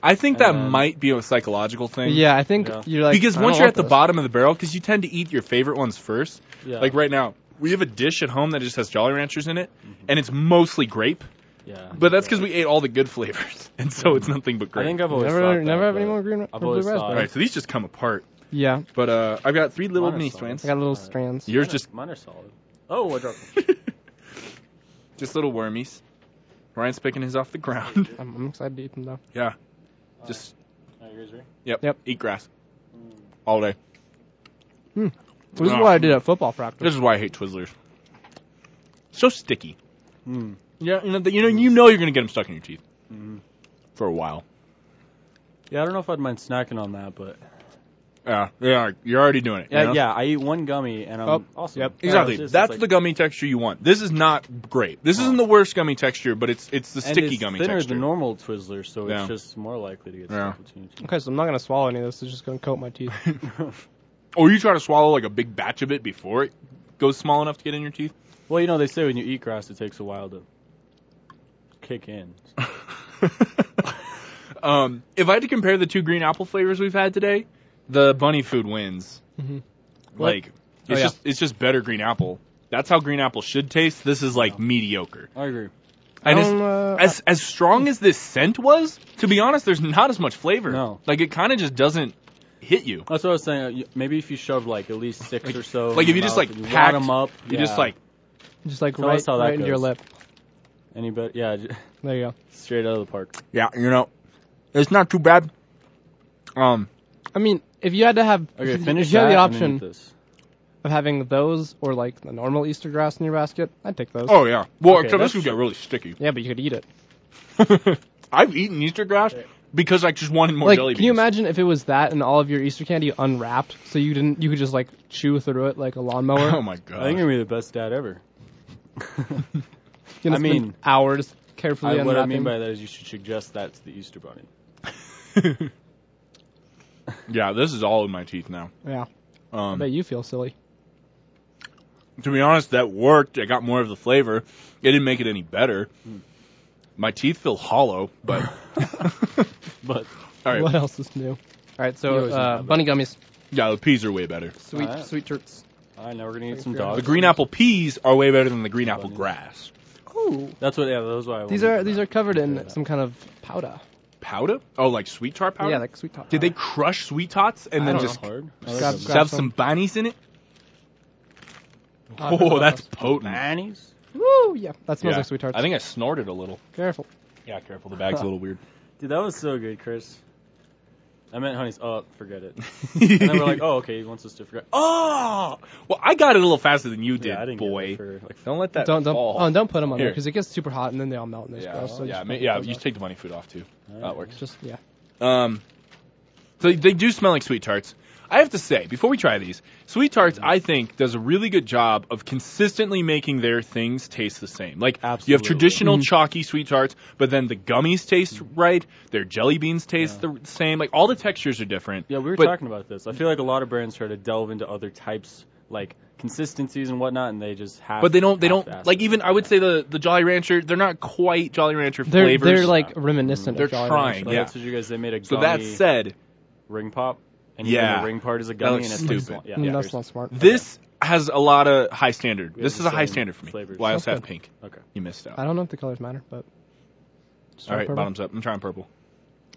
I think that
And-
might be a psychological thing.
Yeah, I think
Yeah.
you're like
because
I
once
don't
you're at
want
the
this.
bottom of the barrel, because you tend to eat your favorite ones first.
Yeah.
Like right now, we have a dish at home that just has Jolly Ranchers in it, and it's mostly grape.
yeah.
But that's because we ate all the good flavors, [laughs] and so it's nothing but
I
grape.
think I've always
Never,
thought
never
that,
have any
but-
more green or
I've
blue
always
raspberry.
thought-
all right, so these just come apart.
Yeah,
But uh, I've got three little
Mine are
mini
solid.
strands.
I got little
Alright.
strands.
Yours
Mine are-
just
mine are solid. Oh, I dropped.
[laughs] just little wormies. Ryan's picking his off the ground. [laughs]
I'm, I'm excited to eat them though.
just
Are you guys ready?
yep,
Yep.
Eat grass all day.
This is
Yeah.
what I did at football practice.
This is why I hate Twizzlers. So sticky.
Mm.
Yeah, you know, you know, you know you're gonna get them stuck in your teeth
Mhm.
for a while.
Yeah, I don't know if I'd mind snacking on that, but
Yeah, yeah, you're already doing it. you
yeah,
know?
yeah, I eat one gummy and I'm
Oh,
awesome.
yep.
Yeah,
Exactly.
it's just-
That's
it's
the
like-
gummy texture you want. This is not great. This isn't the worst gummy texture, but it's it's the
and
sticky
it's
gummy
thinner
texture.
than normal Twizzlers, so
Yeah.
it's just more likely to get
Yeah.
stuck between your teeth.
Okay, so I'm not gonna swallow any of this. It's just gonna coat
[laughs]
my teeth.
or Oh, you try to swallow like a big batch of it before it goes small enough to get in your teeth.
[laughs] Well, you know they say when you eat grass, it takes a while to kick in.
um, if I had to compare the two green apple flavors we've had today, the bunny food wins.
Mm-hmm.
Mhm.
Like it's
Oh, yeah.
just it's just better green apple. That's how green apple should taste. This is like mediocre.
I agree.
And
I
it's,
don't, uh,
as as strong as this scent was, to be honest, there's not as much flavor.
No.
Like it kind of just doesn't hit you.
That's what I was saying. uh, you- Maybe if you shove like at least six or so,
Like if
in
you
your
just
mouth
like
and you
packed
them up,
You
yeah.
just like
just like
Tell
right,
us how that
right into your
goes.
lip.
any but yeah, [laughs] j-
There you go.
straight out of the park.
yeah, you know, it's not too bad. Um,
I mean, if you had to have,
[laughs]
Okay,
if
finish
you had
that
the
and then eat
option
this.
of having those or like the normal Easter grass in your basket, I'd take those.
oh yeah. Well,
Okay,
except this
that's
would
true.
get really sticky.
Yeah, but you could eat it.
I've eaten Easter grass because I just wanted more
like,
jelly
can you
beans.
imagine if it was that and all of your Easter candy unwrapped, so you didn't, you could just like chew through it like a
[laughs]
lawnmower?
Oh my
I think
god.
you're gonna be the best dad ever.
You're gonna
I
spend
mean-
hours carefully
I, what I
unwrapping.
mean by that is you should suggest that to the Easter Bunny.
[laughs] yeah, this is all in my teeth now.
yeah, I
Um,
bet you feel silly.
to be honest, that worked. I got more of the flavor. It didn't make it any better.
Hmm.
My teeth feel hollow, but all
But [laughs]
right.
What else is new? All right,
You
so
always
uh,
have
bunny gummies,
Yeah, the peas are way better.
sweet
All right.
sweet treats.
all right, now we're gonna eat
Thanks
some
for your
dogs.
The Uh, green apple peas are way better than the green apple
Bunny.
grass.
Ooh,
[laughs] That's what. Yeah, those why. I
these
wanted
are
to
these
know.
are covered in
Yeah.
some kind of powder.
Powder? Oh, like sweet tart powder?
Yeah, like sweet top.
Did they crush sweet tots and
I
then
don't
just
hard.
Grab-
Grab,
grab-
shove some
some.
bunnies in it?
Oh,
Oh, that's
some
potent.
Annie's.
Woo! Yeah, that smells
Yeah.
like sweet tarts.
I think I snorted a little.
Careful.
Yeah, careful. The bag's a little [laughs] weird.
Dude, that was so good, Chris. I meant honey's. Oh, forget it. And then we're like, oh, okay, he wants us
[laughs]
to forget.
oh, well, I got it a little faster than you did,
Yeah, I didn't get
boy.
it for, like,
Don't let that
don't don't
fall.
oh, and don't put them on there
Here.
because it gets super hot and then they all melt and they
yeah,
gross. So
yeah,
just
ma-
don't
yeah.
put
You
those
take the money food off too. That
out.
works.
Just yeah.
Um, so they do smell like sweet tarts. I have to say, before we try these, sweet tarts, I think, does a really good job of consistently making their things taste the same. Like you have
Absolutely. Mm-hmm.
traditional
Mhm.
chalky sweet tarts, but then the gummies taste right. Their jelly beans taste the same. Like all the textures are different.
[laughs] Yeah, we were
But-
talking about this. I feel like a lot of brands try to delve into other types, like consistencies and whatnot, and they just have.
But they don't. They don't like even. I would say the the Jolly Rancher. They're not quite Jolly Rancher
They're
flavors. Mm.
they're like reminiscent.
They're
of Jolly
trying,
Rancher.
Like,
yeah.
That's what you guys. They made a
so.
gummy
That said,
ring pop, and
Yeah.
the ring part is a
That
gummy,
looks
and it's
stupid.
Like small. Yeah,
Mm,
yeah,
that's
here's-
not smart.
this has a lot of high standard.
We have
This
the
is a high
same
standard for me.
flavors.
Why else have
Okay.
pink?
Okay.
You missed out.
I don't know if the colors matter, but. Just
All
try
right,
purple.
bottoms up. I'm trying purple.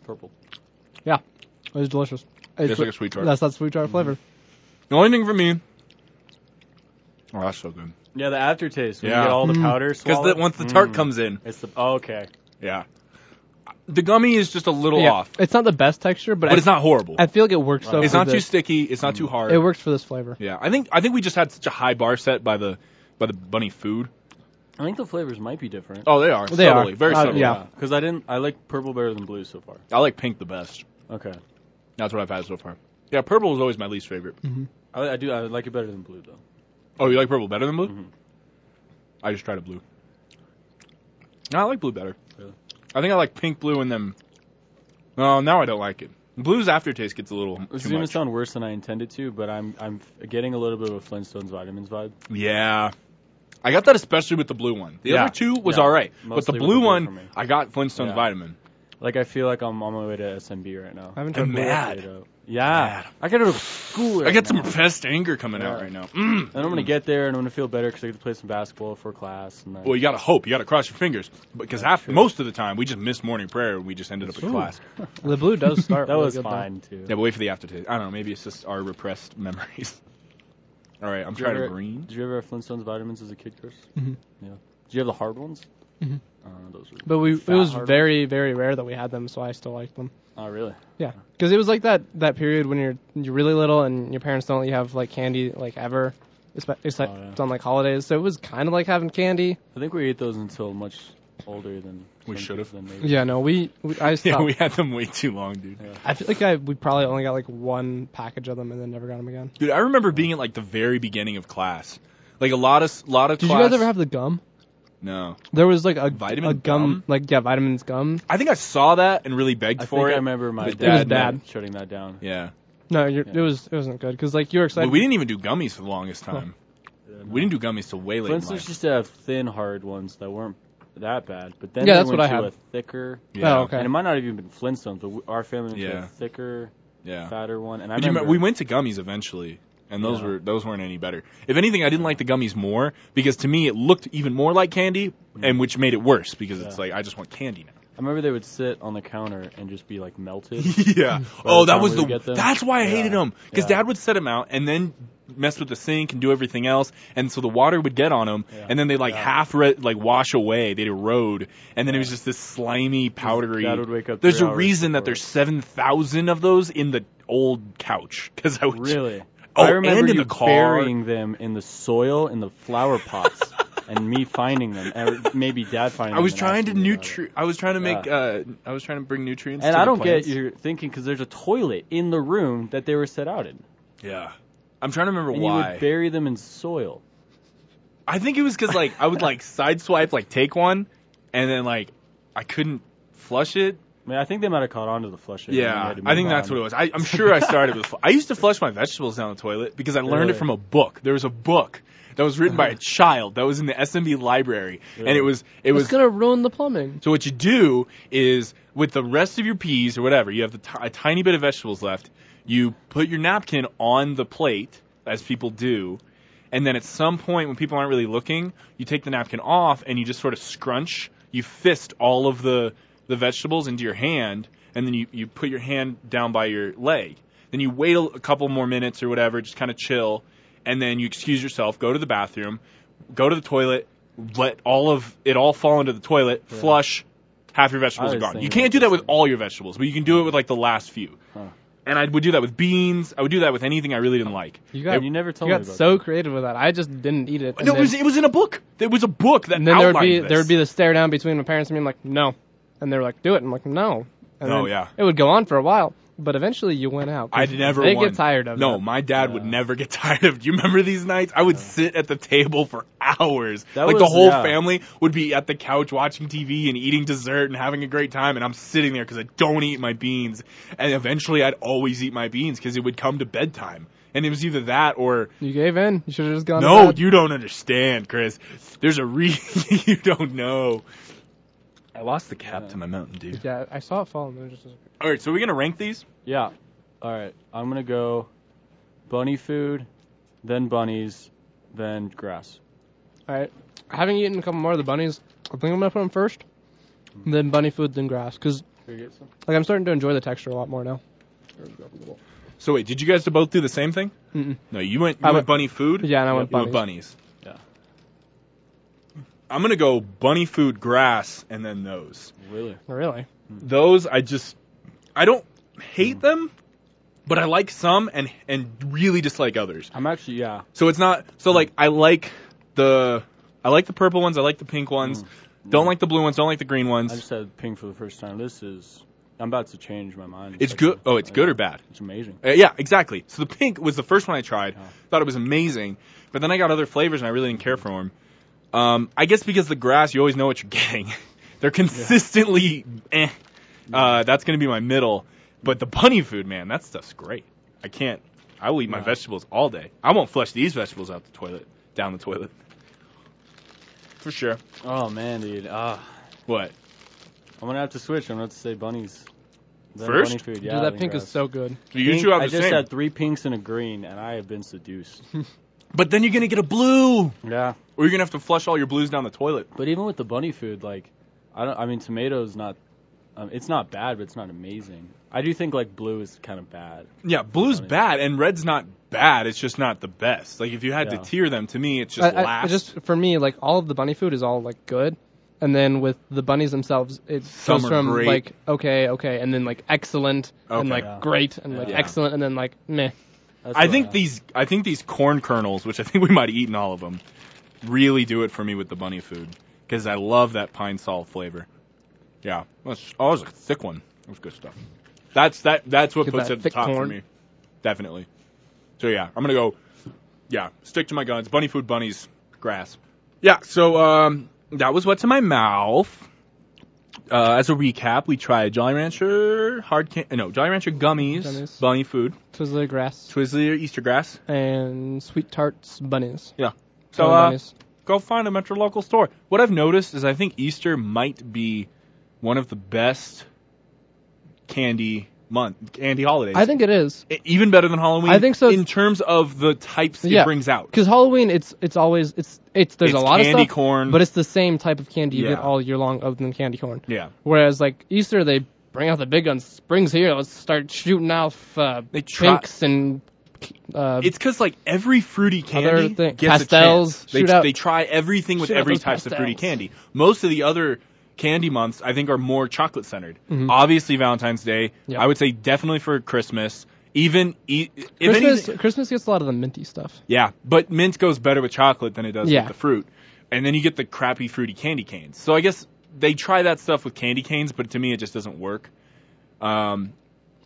purple.
It was delicious. It's
Tastes like a sweet tart.
That's that sweet tart flavor.
The only thing for me. Oh, that's so good.
Yeah, the aftertaste. When
Yeah.
you get all the
Mm.
powder.
Because
swallowed,
once the tart
mm,
comes in,
it's the. Oh, okay.
yeah, the gummy is just a little
Yeah,
off,
It's not the best texture, but,
but
I,
it's not horrible.
I feel like it works though.
Right.
It's
for
not too
this.
sticky. It's not too hard.
Mm. It works for this flavor.
Yeah, I think I think we just had such a high bar set by the by the bunny food.
I think the flavors might be different.
Oh, they are
They are.
subtly, very
Uh,
subtly.
yeah.
Because I didn't. I like purple better than blue so far.
I like pink the best.
Okay.
That's what I've had so far. Yeah, purple is always my least favorite.
I, I do. I like it better than blue though.
Oh, you like purple better than blue?
Mhm.
I just tried a blue. No, I like blue better.
Really?
I think I like pink, blue, and then. No, now I don't like it. Blue's aftertaste gets a little
This
too
is gonna
much.
sound worse than I intended to, but I'm I'm f- getting a little bit of a Flintstones vitamins vibe.
Yeah. I got that especially with the blue one. The
Yeah.
other two was
Yeah.
all right, but the
Mostly with
blue
the blue for
one,
me.
I got Flintstones
Yeah.
vitamin.
Like I feel like I'm on my way to SMB right now.
I haven't
I'm
tried blue.
mad.
Straight up. Yeah, I gotta go to school.
I
right
got some
now.
repressed anger coming out
Ah. Yeah.
right now. Mm.
And I'm gonna get there, and I'm gonna feel better because I get to play some basketball for class. And like,
Well, you gotta hope. You gotta cross your fingers because
That's
half,
true.
most of the time we just missed morning prayer and we just ended up in
Ooh.
class.
The blue
[laughs]
does [laughs] start.
that
really
was
good, though.
fine too.
Yeah, but wait for the aftertaste. I don't know. Maybe it's just our repressed [laughs] memories. All right, I'm
Did you
trying
ever-
to green.
Did you ever have Flintstones vitamins as a kid, Chris?
Mhm.
Yeah. Did you have the hard ones?
Mhm.
Uh, those were.
But we it
Fat
was
hard.
very very rare that we had them, so I still liked them.
Oh really?
Yeah, because it was like that that period when you're you're really little and your parents don't let you have like candy like ever, except, except
Oh, yeah.
on like holidays. So it was kind of like having candy.
I think we ate those until much older than
We
some
should've.
people than maybe.
Yeah, no, we, we I stopped.
[laughs] [laughs] Yeah, we had them way too long, dude.
I feel like I we probably only got like one package of them and then never got them again.
Dude, I remember being at like the very beginning of class. Like a lot of lot of
Did
class.
you guys ever have the gum?
No,
There was like a
Vitamin
a gum,
gum?
like yeah, vitamins gum.
I think I saw that and really begged
I
for it.
think I remember my
It was
dad,
bad.
shutting that down.
Yeah,
No, you're,
Yeah.
it was it wasn't good because like you were
but
excited.
we didn't even do gummies for the longest time. We didn't do gummies till way late. in
Flintstones
life.
used to have thin, hard ones that weren't that bad, but then
Yeah,
they
that's
went
what I
to
had.
a thicker.
yeah,
Oh, okay.
And it might not have even been Flintstones, but we, our family went to
Yeah.
a thicker,
yeah.
fatter one. And I
But you
remember
remember- we went to gummies eventually, and those
Yeah.
were those weren't any better. If anything, I didn't like the gummies more because to me it looked even more like candy, and which made it worse because it's
Yeah.
like I just want candy now.
I remember they would sit on the counter and just be like melted.
[laughs]
[laughs]
yeah.
By
Oh, that
the Hmm. time
was
we
the.
would get them.
That's why I hated
Yeah.
them because
Yeah.
Dad would set them out and then mess with the sink and do everything else, and so the water would get on them,
Yeah.
and then they like
Yeah.
half re- like wash away, they'd erode, and then it was just this slimy, powdery.
Dad would wake up
There's
three
a
hours
reason that
before.
there's seven thousand of those in the old couch because I was
Really?
Oh,
I remember
and in
you
the car.
burying them in the soil in the flower
[laughs]
pots, and me finding them, and maybe Dad finding.
I was
them and
trying to
asking me about it.
nutri. I was trying to make.
Yeah.
Uh, I was trying to bring nutrients.
And
to the
I don't get
plants.
your thinking because there's a toilet in the room that they were set out in,
Yeah. I'm trying to remember
and you
why.
would bury them in soil.
I think it was because like I would like sideswipe, like take one, and then like I couldn't flush it.
I mean, I think they might have caught on to the flush. it, and they
Yeah,
had to
I
move
think that's
on.
what it was. I, I'm sure I started with. I used to flush my vegetables down the toilet because I learned it
Really?
from a book. There was a book that was written by
[laughs]
a child that was in the SMB library, and
Really?
it was it
It's
was
gonna ruin the plumbing.
So what you do is with the rest of your peas or whatever, you have the ti- a tiny bit of vegetables left. You put your napkin on the plate, as people do, and then at some point when people aren't really looking, you take the napkin off and you just sort of scrunch. You fist all of the the vegetables into your hand, and then you you put your hand down by your leg. Then you wait a, a couple more minutes or whatever, just kind of chill, and then you excuse yourself, go to the bathroom, go to the toilet, let all of it all fall into the toilet,
Yeah.
flush, half your
I
vegetables are
was
gone. You
thinking
can't do
about
that with
this.
all your vegetables, but you can do it with like the last few.
Huh.
And I would do that with beans. I would do that with anything I really didn't like.
You
Yeah,
got
you never told
you
me
got
about
so
that.
creative with that. I just didn't eat it. and
no,
then,
it was it was in a book. There was a book that
and then there would
outlined
be
this.
there would be the stare down between my parents and me. I'm like, no, and they were like, do it. I'm like, no. And
No,
then
yeah.
It would go on for a while, but eventually you went out. 'cause
I'd never.
They
won.
get tired of
No,
that.
my dad would
Yeah.
never get [laughs] tired of. Do you remember these nights? I would sit at the table for hours.
That
like the
was-
whole
yeah.
family would be at the couch watching TV and eating dessert and having a great time, and I'm sitting there because I don't eat my beans. And eventually, I'd always eat my beans because it would come to bedtime, and it was either that or
You gave in. You should have just gone. to
no,
bed.
you don't understand, Chris. There's a reason [laughs] you don't know. I lost the cap
Yeah.
to my Mountain Dew.
Yeah, I saw it fall. And it was just
All right, so we're gonna rank these.
Yeah. All right. I'm gonna go, bunny food, then bunnies, then grass.
all right. Having eaten a couple more of the bunnies, I think I'm gonna put them first, then bunny food, then grass, because like I'm starting to enjoy the texture a lot more now.
So wait, did you guys both do the same thing?
Mm-mm.
No, you went. You
I
went,
went-
bunny food.
Yeah, and I
You
went
bunnies.
Yeah.
I'm gonna go bunny food, grass, and then those.
Really?
Really?
Those I just, I don't hate them, but I like some and and really dislike others.
I'm actually yeah.
So it's not. So like I like the, I like the purple ones. I like the pink
Mm.
ones. Don't like the blue ones. Don't like the green
I
ones.
just had pink for the first time. This is. I'm about to change my mind.
It's good. Oh, it's good or bad.
It's amazing.
Uh, yeah, exactly. So the pink was the first one I tried.
Yeah.
Thought it was amazing, but then I got other flavors and I really didn't care for them. Um, I guess because the grass, you always know what you're getting. [laughs] They're consistently [laughs] eh. Uh, that's gonna be my middle. But the bunny food, man, that stuff's great. I can't. I will eat my
Yeah.
vegetables all day. I won't flush these vegetables out the toilet, down the toilet. For sure.
Oh man, dude. Ah,
What?
I'm gonna have to switch. I'm gonna have to say bunnies. Then
First?
bunny food. Yeah.
Dude, that
then
pink
grass.
is so good.
You
Pink-
two have
I
the
just
same.
had three pinks and a green, and I have been
[laughs]
seduced.
But then you're gonna get a blue,
yeah.
or you're gonna have to flush all your blues down the toilet.
But even with the bunny food, like, I don't. I mean, tomatoes not. Um, it's not bad, but it's not amazing. I do think like blue is kind of bad.
Yeah, blue's
Funny.
bad and red's not bad. It's just not the best. Like if you had
Yeah.
to tier them, to me, it's just
I- I,
last.
I just for me, like all of the bunny food is all like good, and then with the bunnies themselves, it
Some
goes
are
from
great.
like okay, okay, and then like excellent,
Okay.
and like
Yeah.
great, and like
Yeah.
excellent, and then like meh.
That's
I
what
think these, I think these corn kernels, which I think we might have eaten all of them, really do it for me with the bunny food because I love that pine salt flavor. Yeah, that's, oh, that was a thick one. That was good stuff. That's that. That's what
Get
puts
that
it at the
thick
top for
corn.
me. Definitely. So yeah, I'm gonna go. Yeah, stick to my guns. Bunny food, bunnies, grass. Yeah. So um, that was what's in my mouth. Uh, as a recap, we tried Jolly Rancher hard can- no Jolly Rancher gummies,
Gummies.
bunny food,
Twizzler grass
Twizzler Easter grass.
and sweet tarts bunnies.
Yeah. So
Twizzler
uh,
bunnies.
go find them at your local store. What I've noticed is I think Easter might be one of the best candy month candy holidays.
I think it is
E- even better than Halloween.
I think so.
In terms of the types
Yeah.
it brings out.
because Halloween, it's it's always it's it's there's
It's
a lot of
candy
stuff,
corn.
but it's the same type of candy you
Yeah.
get all year long, other than candy corn.
Yeah.
Whereas like Easter, they bring out the big guns. Spring's here. Let's start shooting off uh,
They try-
pinks and uh,
It's because like every fruity candy
thing-
gets
pastels,
a chance. They,
shoot out-
they try everything with
shoot out
every
those
types of fruity
pastels.
candy. Most of the other candy months, I think, are more chocolate centered.
Mhm.
Obviously, Valentine's Day.
Yeah.
I would say definitely for Christmas. Even e- if
Christmas.
anything-
Christmas gets a lot of the minty stuff.
yeah, but mint goes better with chocolate than it does
Yeah.
with the fruit. And then you get the crappy fruity candy canes. So I guess they try that stuff with candy canes, but to me it just doesn't work. Um,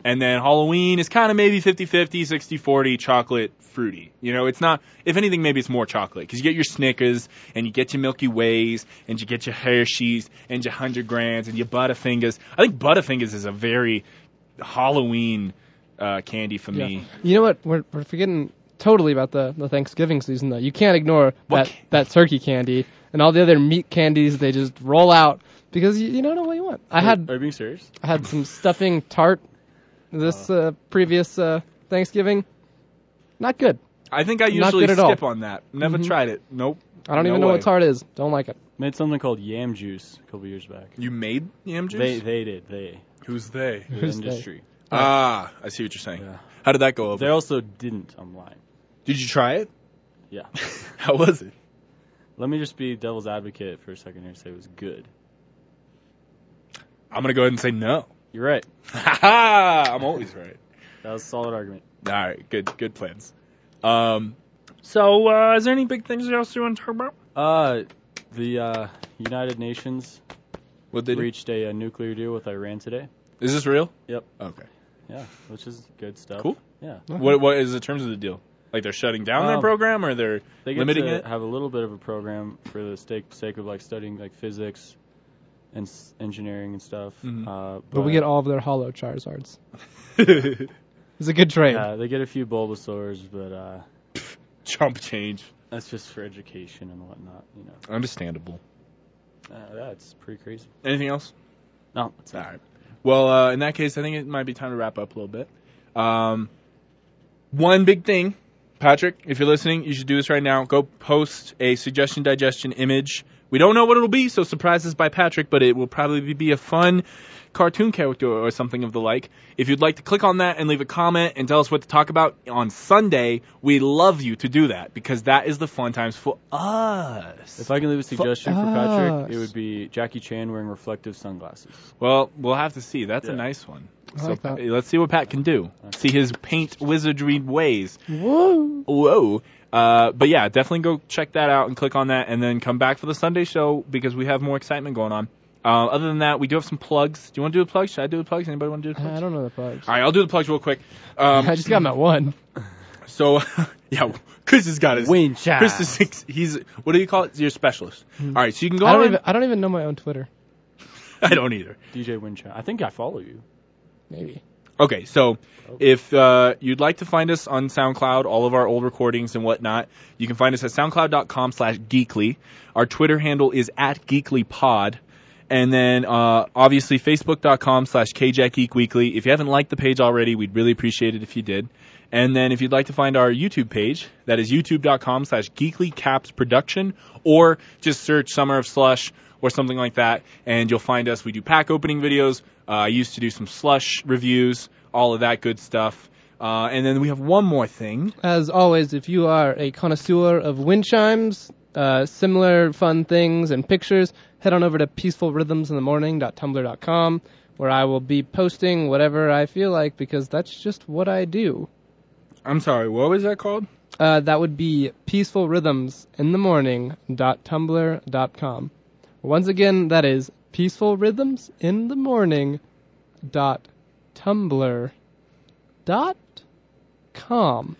and then Halloween is kind of maybe 50-50, 60-40 chocolate fruity. You know, it's not if anything maybe it's more chocolate cuz you get your Snickers and you get your Milky Ways and you get your Hershey's and your 100 grams and your Butterfingers. I think Butterfingers is a very Halloween uh, candy for me.
You know what? We're, we're forgetting totally about the, the Thanksgiving season, though. You can't ignore
What
that,
ca-
that turkey candy and all the other meat candies they just roll out because you, you don't know what you want. I had
uh,
Are you being serious?
I had some stuffing tart this uh, previous uh, Thanksgiving. Not good.
I think I
Not
usually
good at all.
skip on that. Never
Mhm.
tried it. Nope.
I don't
No
even know
way.
what tart is. Don't like it.
Made something called yam juice a couple years back.
You made yam juice?
They they did they.
Who's they?
The
[laughs] Who's they?
industry.
Ah, I see what you're saying.
Yeah.
How did that go
They also didn't. I'm lying.
Did you try it?
Yeah.
[laughs] How was it?
Let me just be devil's advocate for a second here and say it was good.
I'm gonna go ahead and say no. [laughs]
You're right.
Ha ha! I'm always right.
That was a solid argument.
All right, good, good plans. Um, so uh, is there any big things else you want to talk about?
Uh, the uh, United Nations
What did
reached a, uh nuclear deal with Iran today,
is this real?
Yep.
Okay.
which is good stuff.
Cool.
Yeah.
What what is the terms of the deal? Like they're shutting down their
Um,
program, or [laughs] they're
They get
Limiting
to
it?
have a little bit of a program for the sake, sake of like studying like physics and s- engineering and stuff.
Mhm.
Uh, but,
But we get all of their hollow Charizards. It's a good trade.
Yeah, they get a few Bulbasaurs, but uh,
chump change.
that's just for education and whatnot. You know,
Understandable.
uh, that's pretty crazy.
Anything else?
No, it's
All right. Well, uh, in that case, I think it might be time to wrap up a little bit. Um, one big thing, Patrick, if you're listening, you should do this right now. Go post a suggestion digestion image. We don't know what it'll be, so surprises by Patrick, but it will probably be a fun cartoon character or something of the like. If you'd like to click on that and leave a comment and tell us what to talk about on Sunday, we love you to do that because that is the fun times for us.
If I can leave a suggestion for Patrick, it
us.
would be Jackie Chan wearing reflective sunglasses.
Well, we'll have to see. That's a
Yeah.
nice one.
I
so
like that.
Pa- let's see what Pat can do. See his paint wizardry ways.
Whoa.
Whoa. Uh, but yeah, definitely go check that out and click on that, and then come back for the Sunday show because we have more excitement going on. Uh, other than that, we do have some plugs. Do you want to do the plugs? Should I do the plugs? Anybody want to do the plugs?
Uh, I don't know the plugs.
All right, I'll do the plugs real quick. Um,
[laughs] I just got him at one.
so [laughs] yeah, Chris has got his.
Wind chimes.
Chris is six, he's what do you call it? Your specialist. All right, so you can go
Hmm. I
on.
don't even I don't even know my own Twitter.
[laughs] I don't either.
DJ Winchell. I think I follow you.
Maybe.
Okay, so if uh, you'd like to find us on SoundCloud, all of our old recordings and whatnot, you can find us at soundcloud.com slash geekly. Our Twitter handle is at geeklypod. And then uh, obviously facebook.com slash kjackgeekweekly. If you haven't liked the page already, we'd really appreciate it if you did. And then if you'd like to find our YouTube page, that is youtube.com slash geeklycapsproduction, or just search Summer of Slush or something like that, and you'll find us. We do pack opening videos. Uh, I used to do some slush reviews, all of that good stuff. Uh, and then we have one more thing.
As always, if you are a connoisseur of wind chimes, uh, similar fun things, and pictures, head on over to peacefulrhythmsinthemorning.tumblr.com, where I will be posting whatever I feel like because that's just what I do.
I'm sorry, what was that called?
Uh, that would be peacefulrhythmsinthemorning.tumblr.com. Once again, that is peacefulrhythmsinthemorning.tumblr.com.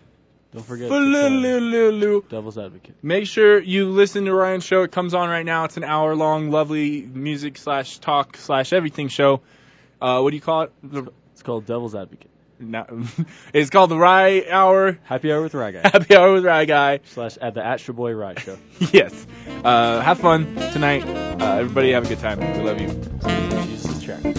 Don't forget to
Fa-lu-lu-lu-lu.
follow Devil's Advocate.
Make sure you listen to Ryan's show. It comes on right now. It's an hour long, lovely music slash talk slash everything show. Uh, what do you call it? The,
It's called Devil's Advocate.
no, [laughs] it's called the Rye Hour, [laughs]
Happy Hour with Rye Guy.
Happy Hour with Rye Guy.
[laughs]
[laughs]
slash at the at Boy Rye Show.
yes. Uh, have fun tonight. Uh, everybody have a good time. We love you.
Jesus track.